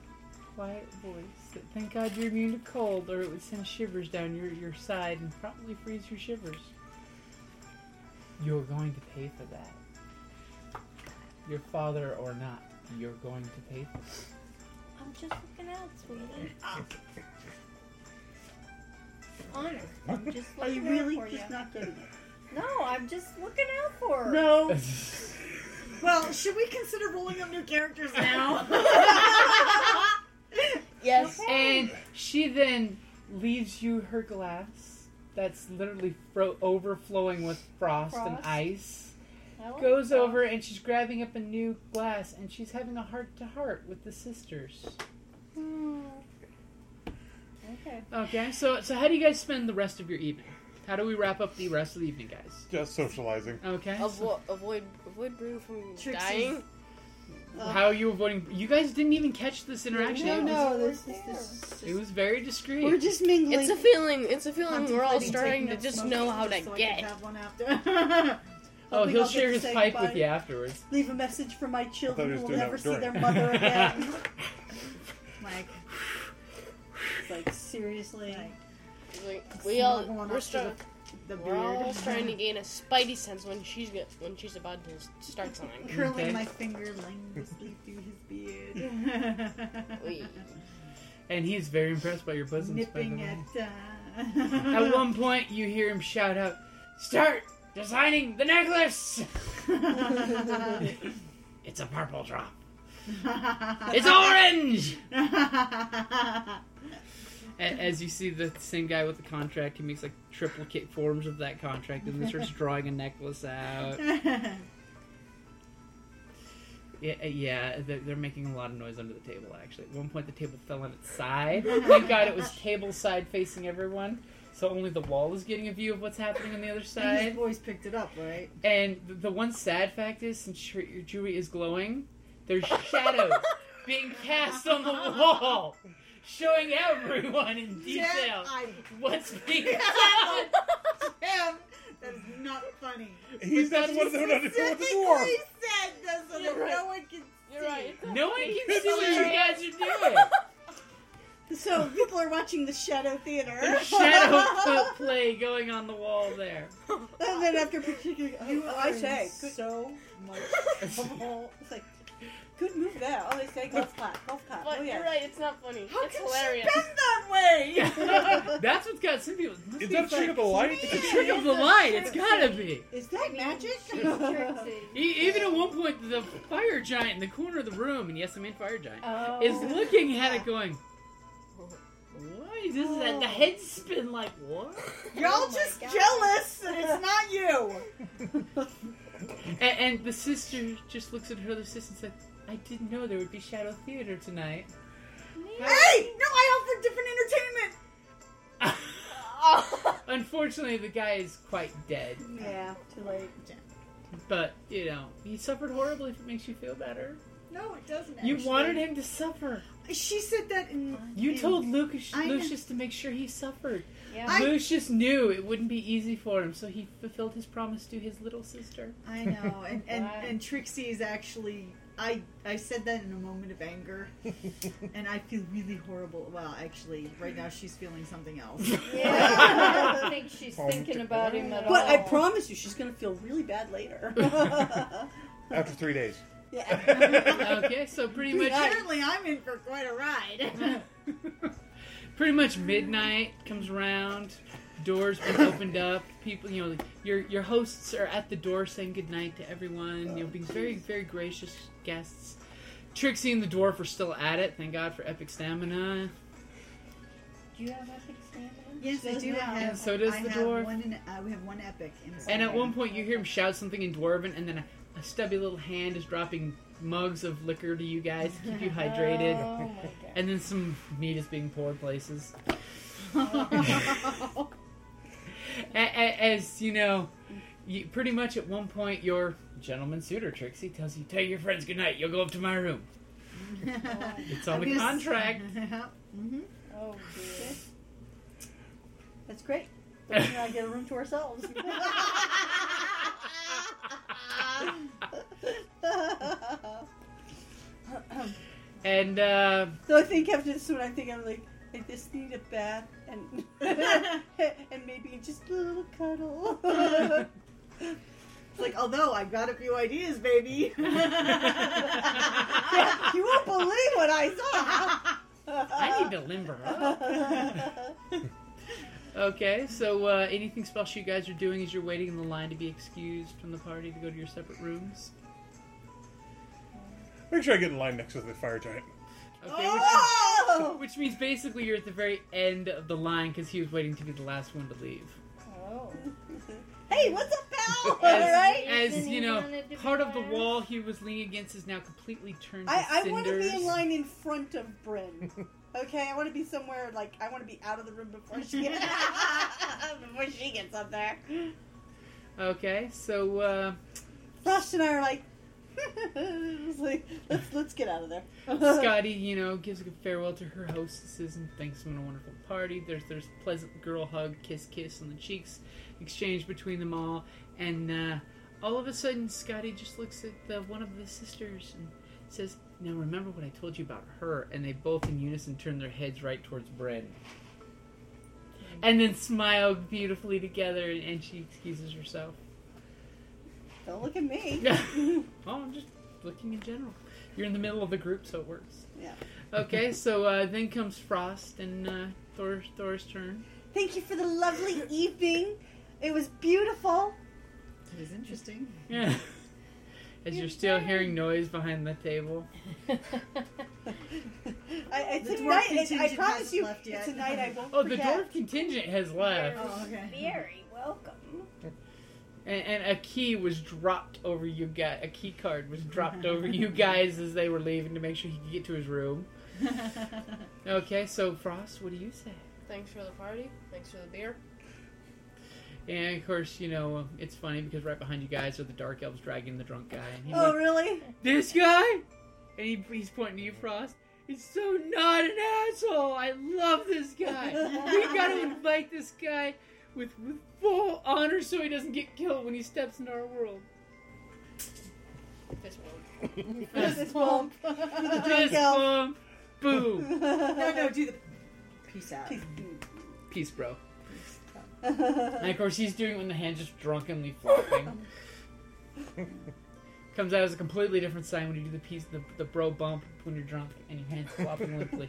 Speaker 3: quiet voice. That, thank God you're immune to cold, or it would send shivers down your your side and probably freeze your shivers. You're going to pay for that. Your father or not, you're going to pay for it.
Speaker 10: I'm just looking out, sweetie. Honor, I'm just
Speaker 7: Are you
Speaker 10: looking
Speaker 7: really
Speaker 10: out for
Speaker 7: just
Speaker 10: you.
Speaker 7: not getting it?
Speaker 10: No, I'm just looking out for her.
Speaker 7: No.
Speaker 5: Well, should we consider rolling up new characters now?
Speaker 6: yes.
Speaker 3: And she then leaves you her glass that's literally fro- overflowing with frost, and
Speaker 10: Frost.
Speaker 3: ice.
Speaker 10: I like
Speaker 3: Goes
Speaker 10: that.
Speaker 3: over and she's grabbing up a new glass and she's having a heart to heart with the sisters.
Speaker 10: Hmm. Okay.
Speaker 3: Okay, so so how do you guys spend the rest of your evening? How do we wrap up the rest of the evening, guys?
Speaker 4: Just socializing.
Speaker 3: Okay.
Speaker 7: Oh,
Speaker 3: so
Speaker 6: Avo- avoid avoid Brew from
Speaker 5: Trixie's-
Speaker 6: dying.
Speaker 3: how are you avoiding? You guys didn't even catch this interaction.
Speaker 7: No,
Speaker 3: it, was,
Speaker 7: no, this is this is
Speaker 3: it was very discreet.
Speaker 7: we're just mingling.
Speaker 6: It's a feeling. It's a feeling Hmm, we're all
Speaker 5: Contemplating
Speaker 6: starting
Speaker 5: taking
Speaker 6: to
Speaker 5: up
Speaker 6: just
Speaker 5: smoking
Speaker 6: know how
Speaker 5: just
Speaker 6: to
Speaker 5: so I
Speaker 6: get.
Speaker 5: can have one after.
Speaker 3: oh, he'll
Speaker 7: hoping I'll get
Speaker 3: share
Speaker 7: to
Speaker 3: his
Speaker 7: say
Speaker 3: pipe
Speaker 7: goodbye.
Speaker 3: with you afterwards.
Speaker 7: Leave a message for my children
Speaker 4: he
Speaker 7: who
Speaker 4: was
Speaker 7: will
Speaker 4: doing
Speaker 7: never
Speaker 4: that
Speaker 7: see their
Speaker 4: during.
Speaker 7: mother again.
Speaker 5: like,
Speaker 7: It's like seriously.
Speaker 5: Right.
Speaker 6: Like, we all
Speaker 5: smuggle one
Speaker 6: we're,
Speaker 5: up to
Speaker 6: start,
Speaker 5: the, the
Speaker 6: we're all
Speaker 5: beard.
Speaker 6: trying to gain a spidey sense when she's get, when she's about to s- start something.
Speaker 5: Curling
Speaker 3: Okay.
Speaker 5: my finger languishly through his beard.
Speaker 6: We,
Speaker 3: And he's very impressed by your bosoms. by
Speaker 5: Nipping
Speaker 3: the way.
Speaker 5: at. Uh...
Speaker 3: At one point, you hear him shout out, "Start designing the necklace! it's a purple drop. It's orange!" A- As you see the same guy with the contract, he makes like triplicate forms of that contract, and then starts drawing a necklace out. Yeah, uh, yeah, they're, they're making a lot of noise under the table. Actually, at one point, the table fell on its side. Thank God it was table side facing everyone, so only the wall is getting a view of what's happening on the other
Speaker 5: These
Speaker 3: side.
Speaker 5: boys picked it up, right?
Speaker 3: And th- the one sad fact is, since your, your jewelry is glowing, there's shadows being cast on the wall, showing everyone in
Speaker 5: Yeah,
Speaker 3: detail
Speaker 5: I
Speaker 3: what's being
Speaker 5: Yeah.
Speaker 3: done.
Speaker 5: am. That is not funny.
Speaker 4: He's not the one that under with the door.
Speaker 5: Specifically said that so that
Speaker 6: You're right.
Speaker 5: no one can
Speaker 6: you're right.
Speaker 3: No one can see what you guys are doing.
Speaker 7: So people are watching the shadow theater.
Speaker 3: There's shadow foot play going on the wall there.
Speaker 7: and then after particular, you, oh, I say, good,
Speaker 5: so much.
Speaker 7: it's like, good move there. Oh, they say golf clap, golf clap.
Speaker 6: But
Speaker 7: oh yeah.
Speaker 6: you're right. It's not funny.
Speaker 5: How
Speaker 6: it's
Speaker 5: can
Speaker 6: hilarious.
Speaker 5: she bend that way?
Speaker 3: That's what's got some people. must
Speaker 4: Is
Speaker 3: be
Speaker 4: that a
Speaker 3: like
Speaker 4: trick of the light?
Speaker 3: the trick of the light. It's gotta be.
Speaker 7: Is that magic?
Speaker 10: She's Trixie.
Speaker 3: E- even at one point, the fire giant in the corner of the room, and yes, I mean fire giant.
Speaker 10: Oh.
Speaker 3: is looking at it going, why does that the
Speaker 5: Oh.
Speaker 3: head spin like what?
Speaker 5: Y'all
Speaker 10: Oh my
Speaker 5: just
Speaker 10: God.
Speaker 5: jealous, and it's not you.
Speaker 3: And, and the sister just looks at her other sister and said, I didn't know there would be shadow theater tonight.
Speaker 5: hey, no, I offer different entertainment.
Speaker 3: Unfortunately, the guy is quite dead,
Speaker 7: Yeah, too late.
Speaker 3: but you know he suffered horribly. If it makes you feel better,
Speaker 5: No, it doesn't.
Speaker 3: you wanted him to suffer.
Speaker 5: She said that in.
Speaker 3: You
Speaker 5: in-
Speaker 3: told Lucas
Speaker 5: I know.
Speaker 3: Lucius to make sure he suffered.
Speaker 10: Yeah.
Speaker 5: I-
Speaker 3: Lucius knew it wouldn't be easy for him, so he fulfilled his promise to his little sister.
Speaker 5: I know, and and,
Speaker 10: Wow.
Speaker 5: and Trixie is actually. I I said that in a moment of anger, and I feel really horrible. Well, actually, right now she's feeling something else.
Speaker 10: yeah. I don't think she's thinking about him at all.
Speaker 7: But I promise you, she's gonna feel really bad later.
Speaker 4: After three days.
Speaker 7: yeah.
Speaker 3: Okay, so pretty much
Speaker 5: Apparently, I'm in for quite a ride.
Speaker 3: pretty much midnight comes around doors been opened up people you know your your hosts are at the door saying goodnight to everyone you know being very very gracious guests trixie and the dwarf are still at it thank god for epic stamina
Speaker 10: Do you have epic stamina?
Speaker 5: Yes, I
Speaker 7: Does
Speaker 5: do. I
Speaker 7: now.
Speaker 5: have.
Speaker 3: And so does
Speaker 5: I
Speaker 3: the
Speaker 5: have
Speaker 3: dwarf.
Speaker 5: One in, uh, we have one epic. In
Speaker 3: And at
Speaker 5: Skyrim.
Speaker 3: one point, you hear him shout something in Dwarven, and then a, a stubby little hand is dropping mugs of liquor to you guys to keep you hydrated.
Speaker 10: Oh my god.
Speaker 3: And then some meat is being poured places.
Speaker 5: Oh.
Speaker 3: A- a- As you know, you, pretty much at one point, your gentleman suitor, Trixie, tells you, Tell your friends goodnight, you'll go up to my room. It's on the
Speaker 5: Obvious.
Speaker 3: contract.
Speaker 5: Mhm.
Speaker 10: Oh dear.
Speaker 7: That's great. But you know, I get a room to ourselves.
Speaker 3: And, uh,
Speaker 7: so I think after this one, I think I'm like, I just need a bath and and maybe just a little cuddle.
Speaker 5: It's like, although I've got a few ideas, baby.
Speaker 7: Yeah, you won't believe what I saw.
Speaker 3: I need to limber up. Okay, so uh, anything special you guys are doing as you're waiting in the line to be excused from the party to go to your separate rooms?
Speaker 4: Make sure I get in line next with the fire giant.
Speaker 3: Okay,
Speaker 7: Oh!
Speaker 3: which, which means basically you're at the very end of the line because he was waiting to be the last one to leave.
Speaker 10: Oh.
Speaker 7: hey, what's up, pal? All
Speaker 3: As,
Speaker 7: right.
Speaker 3: as
Speaker 10: Isn't
Speaker 3: you
Speaker 10: he
Speaker 3: know,
Speaker 10: wanted to be
Speaker 3: part of the
Speaker 10: last?
Speaker 3: wall he was leaning against is now completely turned to
Speaker 7: I, I want to
Speaker 3: cinders.
Speaker 7: be in line in front of Bryn. Okay, I want to be somewhere like I want to be out of the room before she gets
Speaker 5: Before she gets up there.
Speaker 3: Okay, so uh,
Speaker 7: Frost and I are like, it's like, let's let's get out of there.
Speaker 3: Scotty, you know, gives a good farewell to her hostesses and thanks them in a wonderful party. There's there's pleasant girl hug, kiss, kiss on the cheeks, exchange between them all, and uh, all of a sudden Scotty just looks at the, one of the sisters and says, "Now remember what I told you about her." And they both in unison turn their heads right towards Bren, and then smile beautifully together, and, and she excuses herself.
Speaker 7: Don't look at me.
Speaker 3: oh, I'm just looking in general. You're in the middle of the group, so it works.
Speaker 7: Yeah.
Speaker 3: Okay, so uh, then comes Frost and uh, Thor, Thor's turn.
Speaker 7: Thank you for the lovely evening. It was beautiful.
Speaker 5: It was interesting.
Speaker 3: Yeah. As you're still hearing noise behind the table.
Speaker 7: I, it's
Speaker 5: The
Speaker 7: a
Speaker 5: dwarf
Speaker 7: night. It, I
Speaker 5: contingent
Speaker 7: promise
Speaker 5: hasn't
Speaker 7: you,
Speaker 5: left yet.
Speaker 7: it's a night I won't
Speaker 3: Oh, the
Speaker 7: forget.
Speaker 3: dwarf contingent has left,
Speaker 5: Oh, okay.
Speaker 10: Very welcome.
Speaker 3: and, and a key was dropped over you guys. A key card was dropped over you guys as they were leaving to make sure he could get to his room. Okay, so Frost, what do you say?
Speaker 6: Thanks for the party. Thanks for the beer.
Speaker 3: And of course, you know it's funny because right behind you guys are the dark elves dragging the drunk guy, and he
Speaker 7: Oh, really?
Speaker 3: this guy and he, he's pointing to you frost he's so not an asshole i love this guy we gotta invite this guy with, with full honor so he doesn't get killed when he steps into our world
Speaker 6: Fist bump.
Speaker 7: Fist bump. The drunk
Speaker 3: Fist
Speaker 7: elf.
Speaker 3: bump. boom
Speaker 5: No, no, do the peace out.
Speaker 3: peace bro and of course he's doing it when the hand just drunkenly flopping comes out as a completely different sign when you do the peace the, the bro bump when you're drunk and your hands flopping limply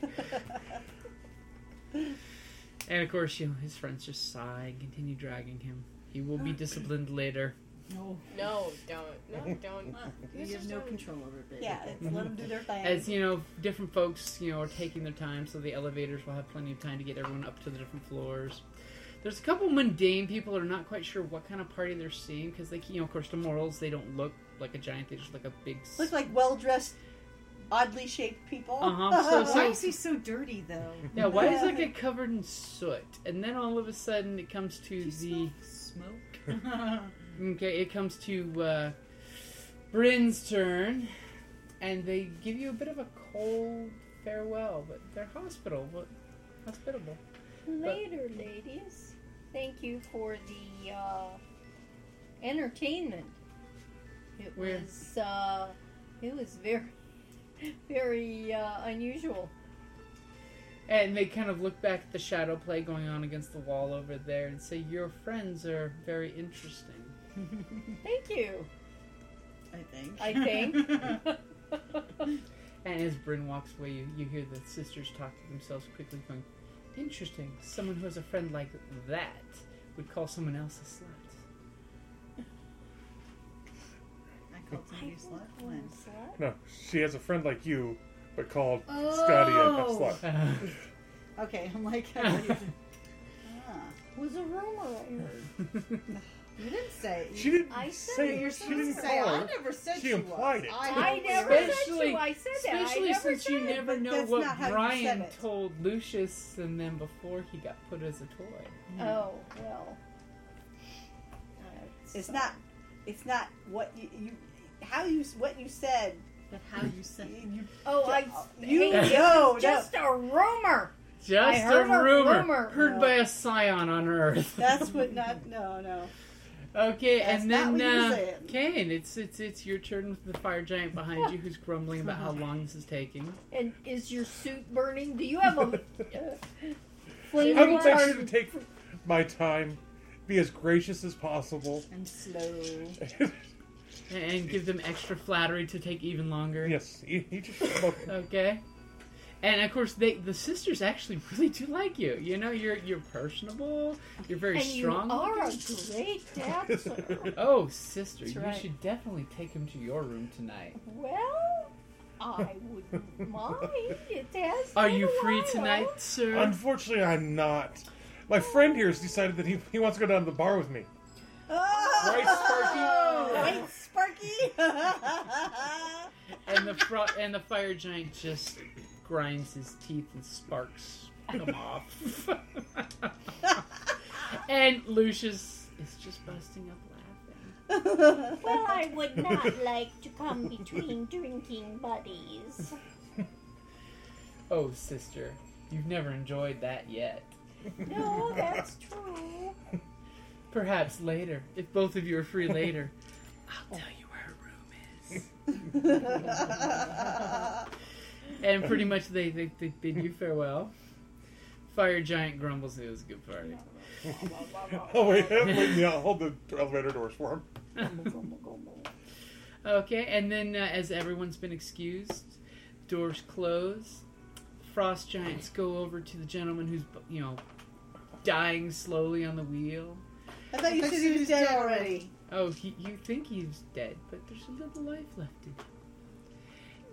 Speaker 3: And of course, you know, his friends just sigh and continue dragging him. He will be disciplined later.
Speaker 5: No,
Speaker 6: No, don't. No, don't.
Speaker 5: you have no control over it, baby.
Speaker 7: yeah, it's, let them do their thing.
Speaker 3: As you know, different folks, you know, are taking their time, so the elevators will have plenty of time to get everyone up to the different floors. There's a couple mundane people that are not quite sure what kind of party they're seeing because they, you know, of course, the morals they don't look like a giant; they just look like a big. s-
Speaker 7: Look like well dressed, oddly shaped people.
Speaker 3: Uh-huh, so-
Speaker 5: Why is he so dirty, though?
Speaker 3: yeah, why does that get covered in soot? And then all of a sudden, it comes to
Speaker 5: Do
Speaker 3: the.
Speaker 5: you smell smoke?
Speaker 3: Okay, it comes to uh, Bryn's turn, and they give you a bit of a cold farewell, but they're hospitable. But hospitable.
Speaker 10: Later, ladies. Thank you for the uh, entertainment. It
Speaker 3: Where?
Speaker 10: was uh, it was very very uh, unusual.
Speaker 3: And they kind of look back at the shadow play going on against the wall over there and say, Your friends are very interesting.
Speaker 10: Thank you.
Speaker 5: I think.
Speaker 10: I think.
Speaker 3: And as Bryn walks away, you, you hear the sisters talk to themselves quickly, going, Interesting. Someone who has a friend like that would call someone else a slut.
Speaker 5: I called somebody a slut once.
Speaker 4: No, she has a friend like you, but called Scotty a
Speaker 5: Oh.
Speaker 4: slut.
Speaker 5: Okay, I'm like, I
Speaker 10: was a rumor I heard.
Speaker 5: You didn't say. it.
Speaker 4: She didn't
Speaker 10: I said
Speaker 4: say
Speaker 10: it. You're
Speaker 4: she
Speaker 5: You
Speaker 4: didn't
Speaker 5: didn't say. it.
Speaker 4: call
Speaker 5: I
Speaker 4: her.
Speaker 5: never said
Speaker 4: She
Speaker 5: you
Speaker 4: implied
Speaker 5: was.
Speaker 4: it.
Speaker 10: I never said
Speaker 3: Especially-
Speaker 10: you. I said that.
Speaker 3: Especially
Speaker 10: I never
Speaker 3: since you
Speaker 10: said it.
Speaker 3: never
Speaker 5: but
Speaker 3: know
Speaker 5: that's
Speaker 3: what
Speaker 5: not how you
Speaker 3: Brian
Speaker 5: said it.
Speaker 3: told Lucius and them before he got put as a toy.
Speaker 10: Oh well.
Speaker 7: It's not. It's not what you, you how you what you said.
Speaker 5: But how you said. it.
Speaker 7: You,
Speaker 10: Oh, I.
Speaker 7: You
Speaker 10: hey, it
Speaker 7: know,
Speaker 10: was
Speaker 7: no.
Speaker 10: just a rumor. I
Speaker 3: Just
Speaker 10: heard
Speaker 3: a
Speaker 10: a
Speaker 3: rumor,
Speaker 10: rumor.
Speaker 3: heard
Speaker 7: No.
Speaker 3: by a scion on Earth.
Speaker 7: that's what not. No, no.
Speaker 3: Okay,
Speaker 7: That's
Speaker 3: and
Speaker 7: not
Speaker 3: then
Speaker 7: what you
Speaker 3: uh,
Speaker 7: said.
Speaker 3: Kane, it's it's it's your turn with the fire giant behind you, who's grumbling about how long this is taking.
Speaker 10: And is your suit burning? Do you have a uh, flame?
Speaker 4: I will make
Speaker 10: on?
Speaker 4: sure to take my time, be as gracious as possible.
Speaker 5: I'm slow.
Speaker 3: And- and give them extra flattery to take even longer.
Speaker 4: yes, he, he just well,
Speaker 3: Okay. And of course, they the sisters actually really do like you. You know, you're you're personable. You're very
Speaker 10: And you
Speaker 3: strong.
Speaker 10: are a great dancer.
Speaker 3: Oh, sister,
Speaker 10: That's
Speaker 3: you
Speaker 10: right.
Speaker 3: should definitely take him to your room tonight.
Speaker 10: well, I wouldn't mind. It has.
Speaker 3: Are
Speaker 10: been
Speaker 3: you
Speaker 10: a
Speaker 3: free
Speaker 10: while.
Speaker 3: tonight, sir?
Speaker 4: Unfortunately, I'm not. My friend here has decided that he, he wants to go down to the bar with me.
Speaker 7: Oh,
Speaker 4: Right, Sparky?
Speaker 7: right, Sparky.
Speaker 3: and the fro- and the fire giant just grinds his teeth and sparks come off. and Lucius is just busting up laughing.
Speaker 10: Well, I would not like to come between drinking buddies.
Speaker 3: Oh, sister, you've never enjoyed that yet.
Speaker 10: No, that's true.
Speaker 3: Perhaps later, if both of you are free later, I'll tell you where her room is. And pretty much they, they, they bid you farewell. Fire Giant grumbles it was a good party.
Speaker 4: Oh, wait, wait yeah, I'll hold the elevator doors for him.
Speaker 3: Okay, and then uh, as everyone's been excused, doors close. Frost Giants go over to the gentleman who's, you know, dying slowly on the wheel.
Speaker 7: I thought you
Speaker 5: I
Speaker 7: said
Speaker 5: thought
Speaker 7: he
Speaker 5: she
Speaker 7: was
Speaker 5: was
Speaker 7: dead
Speaker 5: dead
Speaker 7: already.
Speaker 3: Oh, he, you think he's dead, but there's a little life left in him.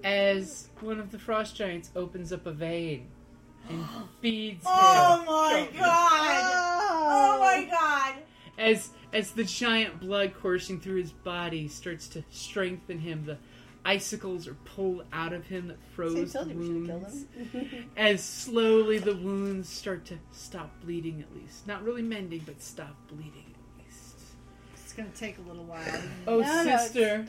Speaker 3: As one of the frost giants opens up a vein and feeds him.
Speaker 5: Oh my god! Oh my god!
Speaker 3: As as the giant blood coursing through his body starts to strengthen him, the icicles are pulled out of him that froze
Speaker 7: told
Speaker 3: the
Speaker 7: you we should've killed
Speaker 3: wounds. as slowly the wounds start to stop bleeding at least. Not really mending, but stop bleeding at least.
Speaker 5: It's gonna take a little while.
Speaker 3: Oh,
Speaker 7: No, no, it's
Speaker 3: sister,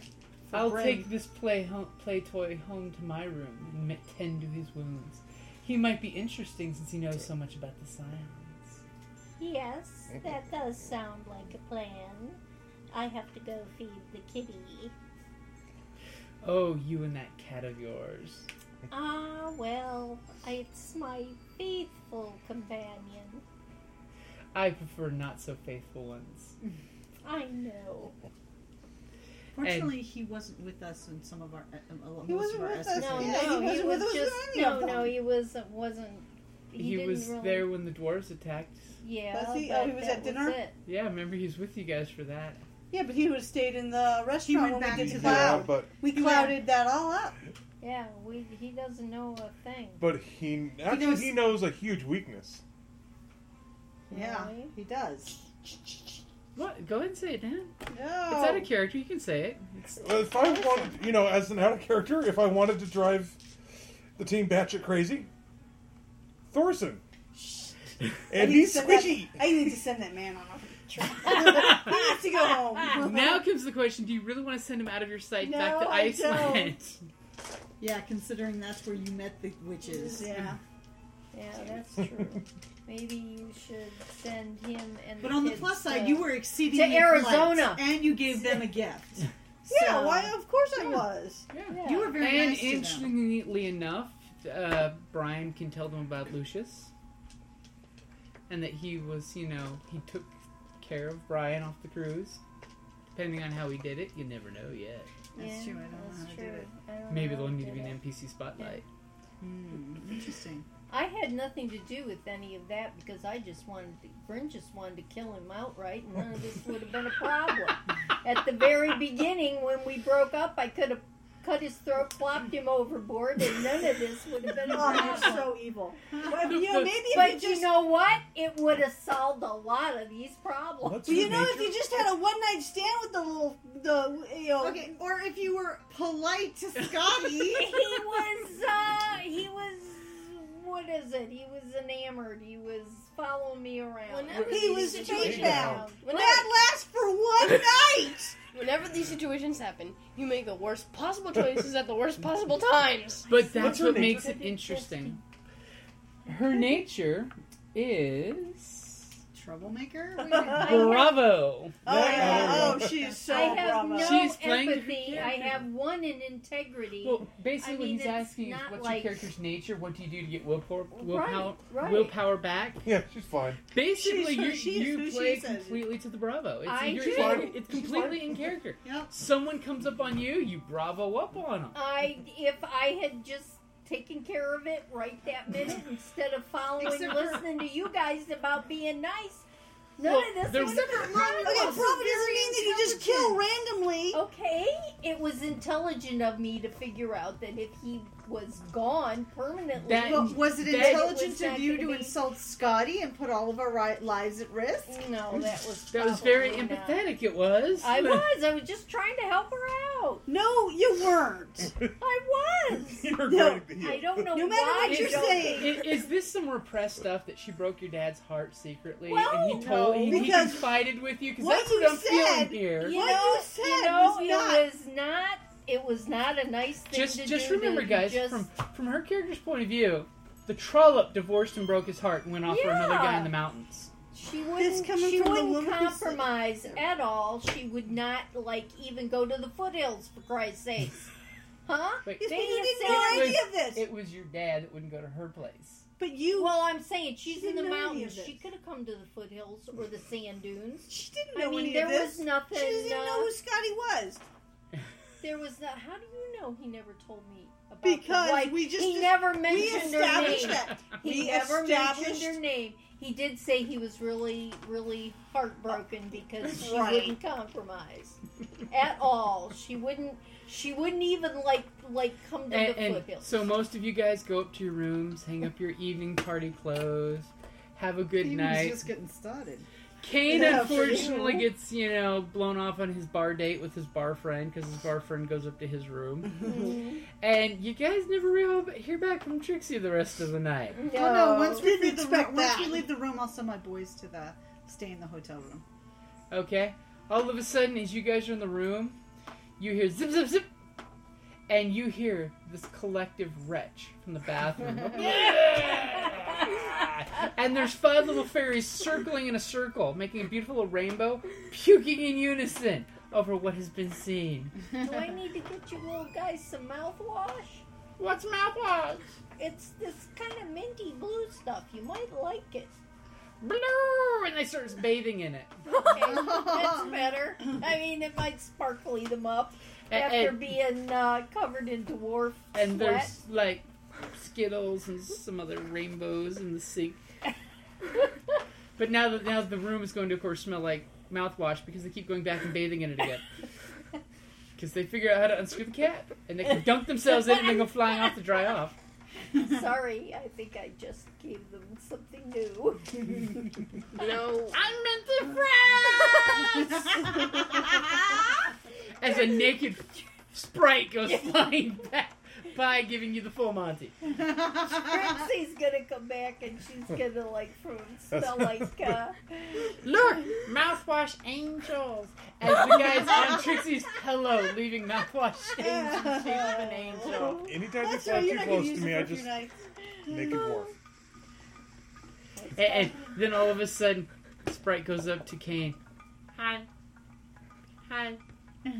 Speaker 3: I'll
Speaker 7: Bren.
Speaker 3: take this play home, play toy home to my room and ma- tend to his wounds. He might be interesting since he knows so much about the science.
Speaker 10: Yes, that does sound like a plan. I have to go feed the kitty.
Speaker 3: Oh, you and that cat of yours.
Speaker 10: Ah, well, it's my faithful companion.
Speaker 3: I prefer not so faithful ones.
Speaker 10: I know.
Speaker 5: Fortunately, he wasn't with us in some of our. Uh, uh, most
Speaker 7: He
Speaker 5: of
Speaker 7: wasn't
Speaker 5: our
Speaker 7: with us.
Speaker 5: essays.
Speaker 10: No,
Speaker 7: Yeah, he
Speaker 10: no, he,
Speaker 7: wasn't with
Speaker 10: was
Speaker 7: us
Speaker 10: just
Speaker 7: any
Speaker 10: no,
Speaker 7: of them.
Speaker 10: no, he was wasn't. He,
Speaker 3: He,
Speaker 10: didn't
Speaker 3: was
Speaker 10: really,
Speaker 3: there when the dwarves attacked.
Speaker 10: Yeah,
Speaker 7: Was he?
Speaker 10: but
Speaker 7: Oh, he was
Speaker 10: that
Speaker 7: at dinner?
Speaker 10: it.
Speaker 3: Yeah, remember he was with you guys for that.
Speaker 7: Yeah, but he would have stayed in the
Speaker 5: went
Speaker 7: restaurant when we
Speaker 5: back
Speaker 7: did
Speaker 5: to
Speaker 7: the
Speaker 5: the-
Speaker 4: Yeah,
Speaker 7: cloud.
Speaker 4: but
Speaker 7: we
Speaker 5: He went-
Speaker 7: clouded that all up.
Speaker 10: Yeah, we, he doesn't know a thing.
Speaker 4: but he actually
Speaker 5: knows-
Speaker 4: he knows a huge weakness.
Speaker 5: Yeah,
Speaker 10: Right?
Speaker 5: he does.
Speaker 3: What? Go ahead and say it, Dan.
Speaker 7: No.
Speaker 3: It's out
Speaker 10: Oh.
Speaker 3: of character. You can say it. It's,
Speaker 4: Well, If I wanted, you know, as an out of character, if I wanted to drive the team batshit crazy, Thorson. And he's
Speaker 7: send that-
Speaker 4: squishy.
Speaker 7: I need to send that man on a trip. he needs to go home.
Speaker 3: now comes the question: Do you really want to send him out of your sight
Speaker 7: No,
Speaker 3: back to
Speaker 7: I don't.
Speaker 3: Iceland?
Speaker 5: Yeah, considering that's where you met the witches.
Speaker 7: Yeah.
Speaker 10: Yeah, that's true. Maybe you should send him and.
Speaker 5: But on the
Speaker 10: kids
Speaker 5: plus
Speaker 10: to-
Speaker 5: side, you were exceedingly
Speaker 10: Arizona.
Speaker 5: polite, and you gave them a gift.
Speaker 7: Yeah,
Speaker 5: So,
Speaker 7: why? Of course I
Speaker 5: Yeah.
Speaker 7: was.
Speaker 10: Yeah.
Speaker 5: You were very
Speaker 3: and
Speaker 5: nice to them.
Speaker 3: interestingly enough, uh, Brian can tell them about Lucius, and that he was, you know, he took care of Brian off the cruise. Depending on how he did it, you never know yet.
Speaker 5: That's true, I don't know
Speaker 10: that's
Speaker 5: how to do
Speaker 10: true.
Speaker 5: it.
Speaker 10: I don't
Speaker 3: Maybe
Speaker 10: know
Speaker 3: there'll
Speaker 10: how to
Speaker 3: need to
Speaker 10: do
Speaker 3: be
Speaker 10: that.
Speaker 3: an NPC spotlight.
Speaker 5: Hmm, interesting.
Speaker 10: I had nothing to do with any of that because I just wanted to, Bryn just wanted to kill him outright, and none of this would have been a problem. At the very beginning, when we broke up, I could have cut his throat, flopped him overboard, and none of this would have been a
Speaker 7: Ah.
Speaker 5: Oh, you're
Speaker 10: problem.
Speaker 5: so evil. Well, you know, maybe
Speaker 10: But
Speaker 5: if you
Speaker 10: you
Speaker 5: just,
Speaker 10: know what? It would have solved a lot of these problems.
Speaker 4: What's
Speaker 7: Well, you
Speaker 4: your
Speaker 7: know, if
Speaker 4: nature?
Speaker 7: you just had a one night stand with the little, the you know,
Speaker 5: okay, or if you were polite to Scotty.
Speaker 10: he was uh he was what is it? He was enamored. He was following me around.
Speaker 6: Whenever
Speaker 5: He
Speaker 6: these
Speaker 5: was
Speaker 6: situations
Speaker 5: feedback.
Speaker 6: Whenever,
Speaker 5: that lasts for one night.
Speaker 6: whenever these situations happen, you make the worst possible choices at the worst possible times.
Speaker 3: But
Speaker 4: What's
Speaker 3: that's
Speaker 4: her
Speaker 3: what
Speaker 4: nature?
Speaker 3: makes it interesting. Her nature is
Speaker 5: Troublemaker.
Speaker 3: Bravo.
Speaker 7: oh yeah,
Speaker 4: Oh,
Speaker 7: oh she's so
Speaker 10: I have
Speaker 7: bravo.
Speaker 10: no
Speaker 3: She's playing her
Speaker 10: empathy. I
Speaker 3: character.
Speaker 10: have one in integrity.
Speaker 3: Well, basically,
Speaker 10: I mean,
Speaker 3: what he's
Speaker 10: it's
Speaker 3: asking is,
Speaker 10: not
Speaker 3: what's
Speaker 10: like-
Speaker 3: your character's nature? What do you do to get willpower,
Speaker 10: Right,
Speaker 3: willpower,
Speaker 10: right.
Speaker 3: willpower back?
Speaker 4: Yeah, she's fine.
Speaker 3: Basically,
Speaker 5: She's who
Speaker 3: you,
Speaker 5: she is,
Speaker 3: you
Speaker 5: who she
Speaker 3: play
Speaker 5: is.
Speaker 3: completely to the Bravo. It's,
Speaker 10: I
Speaker 3: you're-
Speaker 10: do.
Speaker 3: it's- it's completely in character.
Speaker 5: Yep.
Speaker 3: Someone comes up on you, you Bravo up on them.
Speaker 10: I if I had just taken care of it right that minute instead of following
Speaker 3: Except for-
Speaker 10: listening to you guys about being nice. None
Speaker 3: Well,
Speaker 10: of
Speaker 3: there-
Speaker 10: this would have
Speaker 5: Okay,
Speaker 10: happened.
Speaker 5: bravo doesn't mean that you just kill randomly.
Speaker 10: Okay, it was intelligent of me to figure out that if he was gone permanently,
Speaker 3: That-
Speaker 5: Well, was it
Speaker 3: That-
Speaker 5: intelligent
Speaker 10: was not
Speaker 5: of you
Speaker 10: gonna
Speaker 5: to
Speaker 10: be-
Speaker 5: insult Scotty and put all of our ri- lives at risk?
Speaker 10: no, that was
Speaker 3: That was very
Speaker 10: probably not.
Speaker 3: empathetic. It was.
Speaker 10: I was. I was just trying to help her out.
Speaker 5: No, you weren't.
Speaker 10: I was.
Speaker 4: You're
Speaker 5: No,
Speaker 4: great.
Speaker 10: I don't know
Speaker 5: No matter
Speaker 10: why.
Speaker 5: what you're
Speaker 10: I don't-
Speaker 5: saying.
Speaker 3: I- Is this some repressed stuff that she broke your dad's heart secretly and
Speaker 10: Well,
Speaker 3: he told he- he,
Speaker 5: because
Speaker 3: confided with you? Because
Speaker 5: what
Speaker 3: that's what
Speaker 5: you
Speaker 3: I'm feeling
Speaker 5: said-
Speaker 3: here.
Speaker 10: You
Speaker 5: What
Speaker 10: know,
Speaker 5: you said
Speaker 10: you know,
Speaker 5: was
Speaker 10: it
Speaker 5: not-
Speaker 10: was not. It was not a nice thing
Speaker 3: just
Speaker 10: to
Speaker 3: just
Speaker 10: do. to
Speaker 3: remember, guys,
Speaker 10: just-
Speaker 3: from from her character's point of view, the trollop divorced and broke his heart and went off for another
Speaker 10: Yeah.
Speaker 3: guy in the mountains.
Speaker 10: she
Speaker 5: This
Speaker 10: wouldn't.
Speaker 5: coming
Speaker 10: She
Speaker 5: from the
Speaker 10: wouldn't
Speaker 5: woman who said-
Speaker 10: compromise at all. She would not like even go to the foothills for Christ's sakes, huh?
Speaker 3: Wait.
Speaker 5: You
Speaker 10: Then you
Speaker 5: had
Speaker 10: said
Speaker 5: no
Speaker 3: it was-
Speaker 5: idea of this.
Speaker 3: It was your dad that wouldn't go to her place.
Speaker 5: but you,
Speaker 10: Well, I'm saying she's
Speaker 5: She
Speaker 10: in the
Speaker 5: didn't know any of
Speaker 10: mountains.
Speaker 5: this.
Speaker 10: She could have come to the foothills or the sand dunes.
Speaker 5: she didn't
Speaker 10: I
Speaker 5: know
Speaker 10: mean,
Speaker 5: any
Speaker 10: there
Speaker 5: of this.
Speaker 10: was nothing.
Speaker 5: she doesn't even
Speaker 10: uh,
Speaker 5: know who Scotty was.
Speaker 10: There was not. How do you know he never told me about
Speaker 5: Because
Speaker 10: the wife?
Speaker 5: we just-
Speaker 10: he never
Speaker 5: We
Speaker 10: mentioned her name.
Speaker 5: established that.
Speaker 10: He
Speaker 5: We
Speaker 10: never mentioned
Speaker 5: established-
Speaker 10: her name. He did say he was really, really heartbroken because she
Speaker 5: Right.
Speaker 10: wouldn't compromise at all. She wouldn't. She wouldn't even like like come to
Speaker 3: And,
Speaker 10: the
Speaker 3: and
Speaker 10: foothills.
Speaker 3: so most of you guys go up to your rooms, hang up your evening party clothes, have a good night.
Speaker 5: getting started.
Speaker 3: Kane
Speaker 5: Yeah, for
Speaker 3: unfortunately
Speaker 5: you.
Speaker 3: gets you know blown off on his bar date with his bar friend because his bar friend goes up to his room,
Speaker 10: Mhm.
Speaker 3: and you guys never real- hear back from Trixie the rest of the night.
Speaker 10: no.
Speaker 5: Oh no! Once we
Speaker 7: Didn't
Speaker 5: leave the
Speaker 7: expect
Speaker 5: room, once
Speaker 7: that.
Speaker 5: we leave the room, I'll send my boys to the stay in the hotel room.
Speaker 3: Okay, all of a sudden, as you guys are in the room, you hear zip zip zip, and you hear this collective retch from the bathroom. And there's five little fairies circling in a circle, making a beautiful little rainbow, puking in unison over what has been seen.
Speaker 10: Do I need to get you little guys some mouthwash?
Speaker 3: What's mouthwash?
Speaker 10: It's this kind of minty blue stuff. You might like it.
Speaker 3: Blue! And they start bathing in it.
Speaker 10: Okay, that's better. I mean, it might sparkly them up
Speaker 3: And,
Speaker 10: after
Speaker 3: and,
Speaker 10: being uh, covered in dwarf
Speaker 3: and
Speaker 10: sweat.
Speaker 3: there's like skittles and some other rainbows in the sink. But now that now the room is going to, of course, smell like mouthwash because they keep going back and bathing in it again. Because they figure out how to unscrew the cap, and they can dunk themselves in and they go flying off to dry off.
Speaker 10: Sorry, I think I just gave them something new.
Speaker 6: You know,
Speaker 3: I'm meant as a naked sprite goes flying back by giving you the full Monty.
Speaker 10: Trixie's gonna come back and she's gonna like from smell like uh,
Speaker 3: Look, mouthwash angels. As the guy's on Trixie's pillow, leaving mouthwash angels, and she's an angel.
Speaker 4: Anytime you
Speaker 5: That's right.
Speaker 4: fly
Speaker 5: You're
Speaker 4: too
Speaker 5: not going
Speaker 4: close to
Speaker 5: to use
Speaker 4: me,
Speaker 5: it
Speaker 4: I
Speaker 5: for a
Speaker 4: just
Speaker 5: few nights.
Speaker 4: make it dwarf.
Speaker 3: And, and then all of a sudden, Sprite goes up to Kane. Hi. Hi.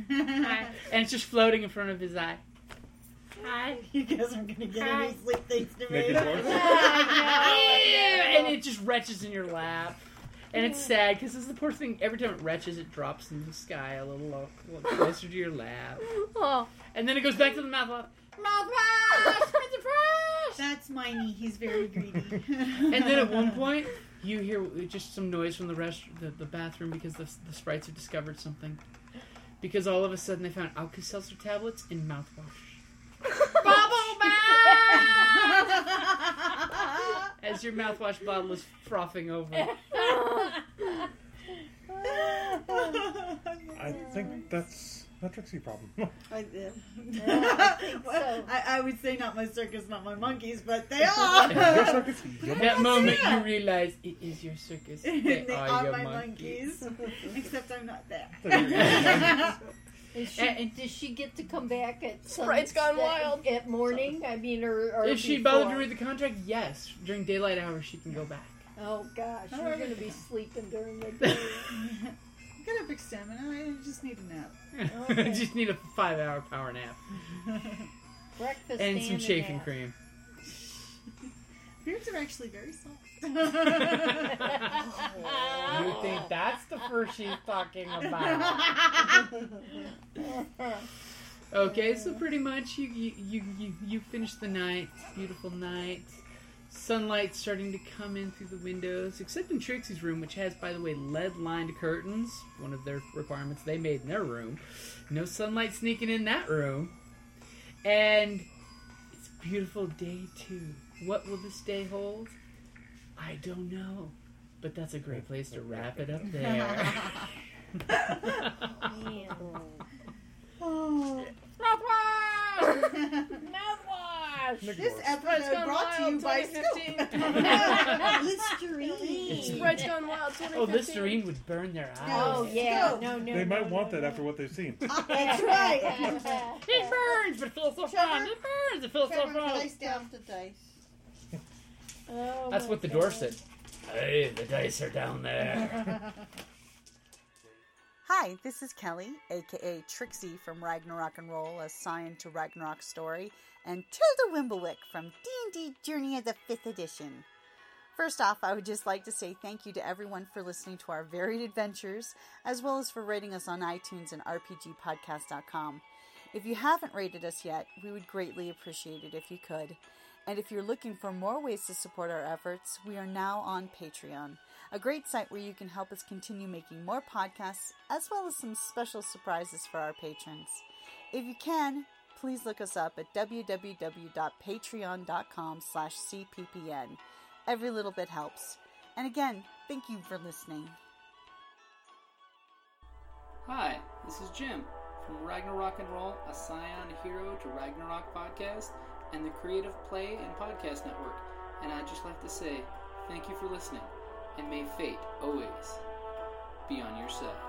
Speaker 3: Hi. And it's just floating in front of his eye. Hi.
Speaker 5: You guys aren't going to get any sleep thanks to
Speaker 4: Make it
Speaker 5: me.
Speaker 4: dwarf.
Speaker 3: Yeah, and it just retches in your lap. And it's sad because this is the poor thing. Every time it retches, it drops into the sky a little, lo- a little closer to your lap.
Speaker 10: oh,
Speaker 3: And then it goes back to the mouth. Mouthwash! Mouthwash!
Speaker 5: That's Miney. He's very greedy.
Speaker 3: and then at one point, you hear just some noise from the rest, the, the bathroom because the, the sprites have discovered something. because all of a sudden they found Alka-Seltzer tablets and mouthwash
Speaker 10: Bubble bath!
Speaker 3: as your mouthwash bottle is frothing over.
Speaker 10: uh,
Speaker 4: I think that's a Trixie problem.
Speaker 5: I, yeah.
Speaker 10: I think so.
Speaker 5: I, I would say not my circus, not my monkeys, but they are.
Speaker 4: Your circus, your
Speaker 3: At that moment, you realize it is your circus. They,
Speaker 5: they
Speaker 3: are,
Speaker 5: are
Speaker 3: your
Speaker 5: my
Speaker 3: monkeys.
Speaker 5: monkeys. Except I'm not there.
Speaker 10: Is she, does she get to come back at some
Speaker 6: Sprite's gone
Speaker 10: at-
Speaker 6: wild.
Speaker 10: at morning? I mean, or, or
Speaker 3: If she bothered to
Speaker 10: before?
Speaker 3: read the contract, yes. During daylight hours, she can go back.
Speaker 10: Oh gosh, we're
Speaker 5: Alright.
Speaker 10: going to be sleeping during the day.
Speaker 5: I've got a big stamina. I just need a nap.
Speaker 10: Okay.
Speaker 3: Just need a five-hour power nap
Speaker 10: Breakfast
Speaker 3: and some
Speaker 10: a
Speaker 3: chafing
Speaker 10: nap.
Speaker 3: cream.
Speaker 5: Beards are actually very soft.
Speaker 3: You think that's the fur she's talking about? Okay, so pretty much you you you you, you finish the night. It's a beautiful night. Sunlight starting to come in through the windows, except in Trixie's room, which has, by the way, lead-lined curtains. One of their requirements they made in their room. No sunlight sneaking in that room, and it's a beautiful day too. What will this day hold? I don't know, but that's a great place to wrap it up there.
Speaker 10: Man.
Speaker 5: Oh.
Speaker 10: Mouthwash! Mouthwash!
Speaker 5: This
Speaker 6: Sprite's
Speaker 5: episode
Speaker 6: Oh, gone
Speaker 5: brought to you
Speaker 6: wild.
Speaker 5: by
Speaker 6: 2015.
Speaker 5: Listerine.
Speaker 6: Sprite's gone wild.
Speaker 3: oh,
Speaker 6: 2015.
Speaker 3: Listerine would burn their eyes.
Speaker 10: Oh
Speaker 5: Let's
Speaker 10: yeah,
Speaker 5: go.
Speaker 10: no, no.
Speaker 4: They might
Speaker 10: no,
Speaker 4: want
Speaker 10: no,
Speaker 4: that after what they've seen.
Speaker 5: That's right.
Speaker 3: It burns, but it feels so
Speaker 5: Trevor?
Speaker 3: fun. It burns, it feels so
Speaker 5: Trevor,
Speaker 3: fun.
Speaker 5: dice down to dice.
Speaker 10: Oh,
Speaker 3: That's
Speaker 10: my
Speaker 3: what the door
Speaker 10: God.
Speaker 3: said.
Speaker 11: Hey, the dice are down there.
Speaker 7: Hi, this is Kelly, aka Trixie from Ragnarok and Roll, a scion to Ragnarok story, and Tilda Wimblewick from D&D Journey of the 5th Edition. First off, I would just like to say thank you to everyone for listening to our varied adventures, as well as for rating us on iTunes and RPGpodcast.com. If you haven't rated us yet, we would greatly appreciate it if you could. And if you're looking for more ways to support our efforts, we are now on Patreon, a great site where you can help us continue making more podcasts, as well as some special surprises for our patrons. If you can, please look us up at www.patreon.com slash cppn. Every little bit helps. And again, thank you for listening.
Speaker 3: Hi, this is Jim from Ragnarok and Roll, a scion hero to Ragnarok podcast and the Creative Play and Podcast Network. And I'd just like to say thank you for listening, and may fate always be on your side.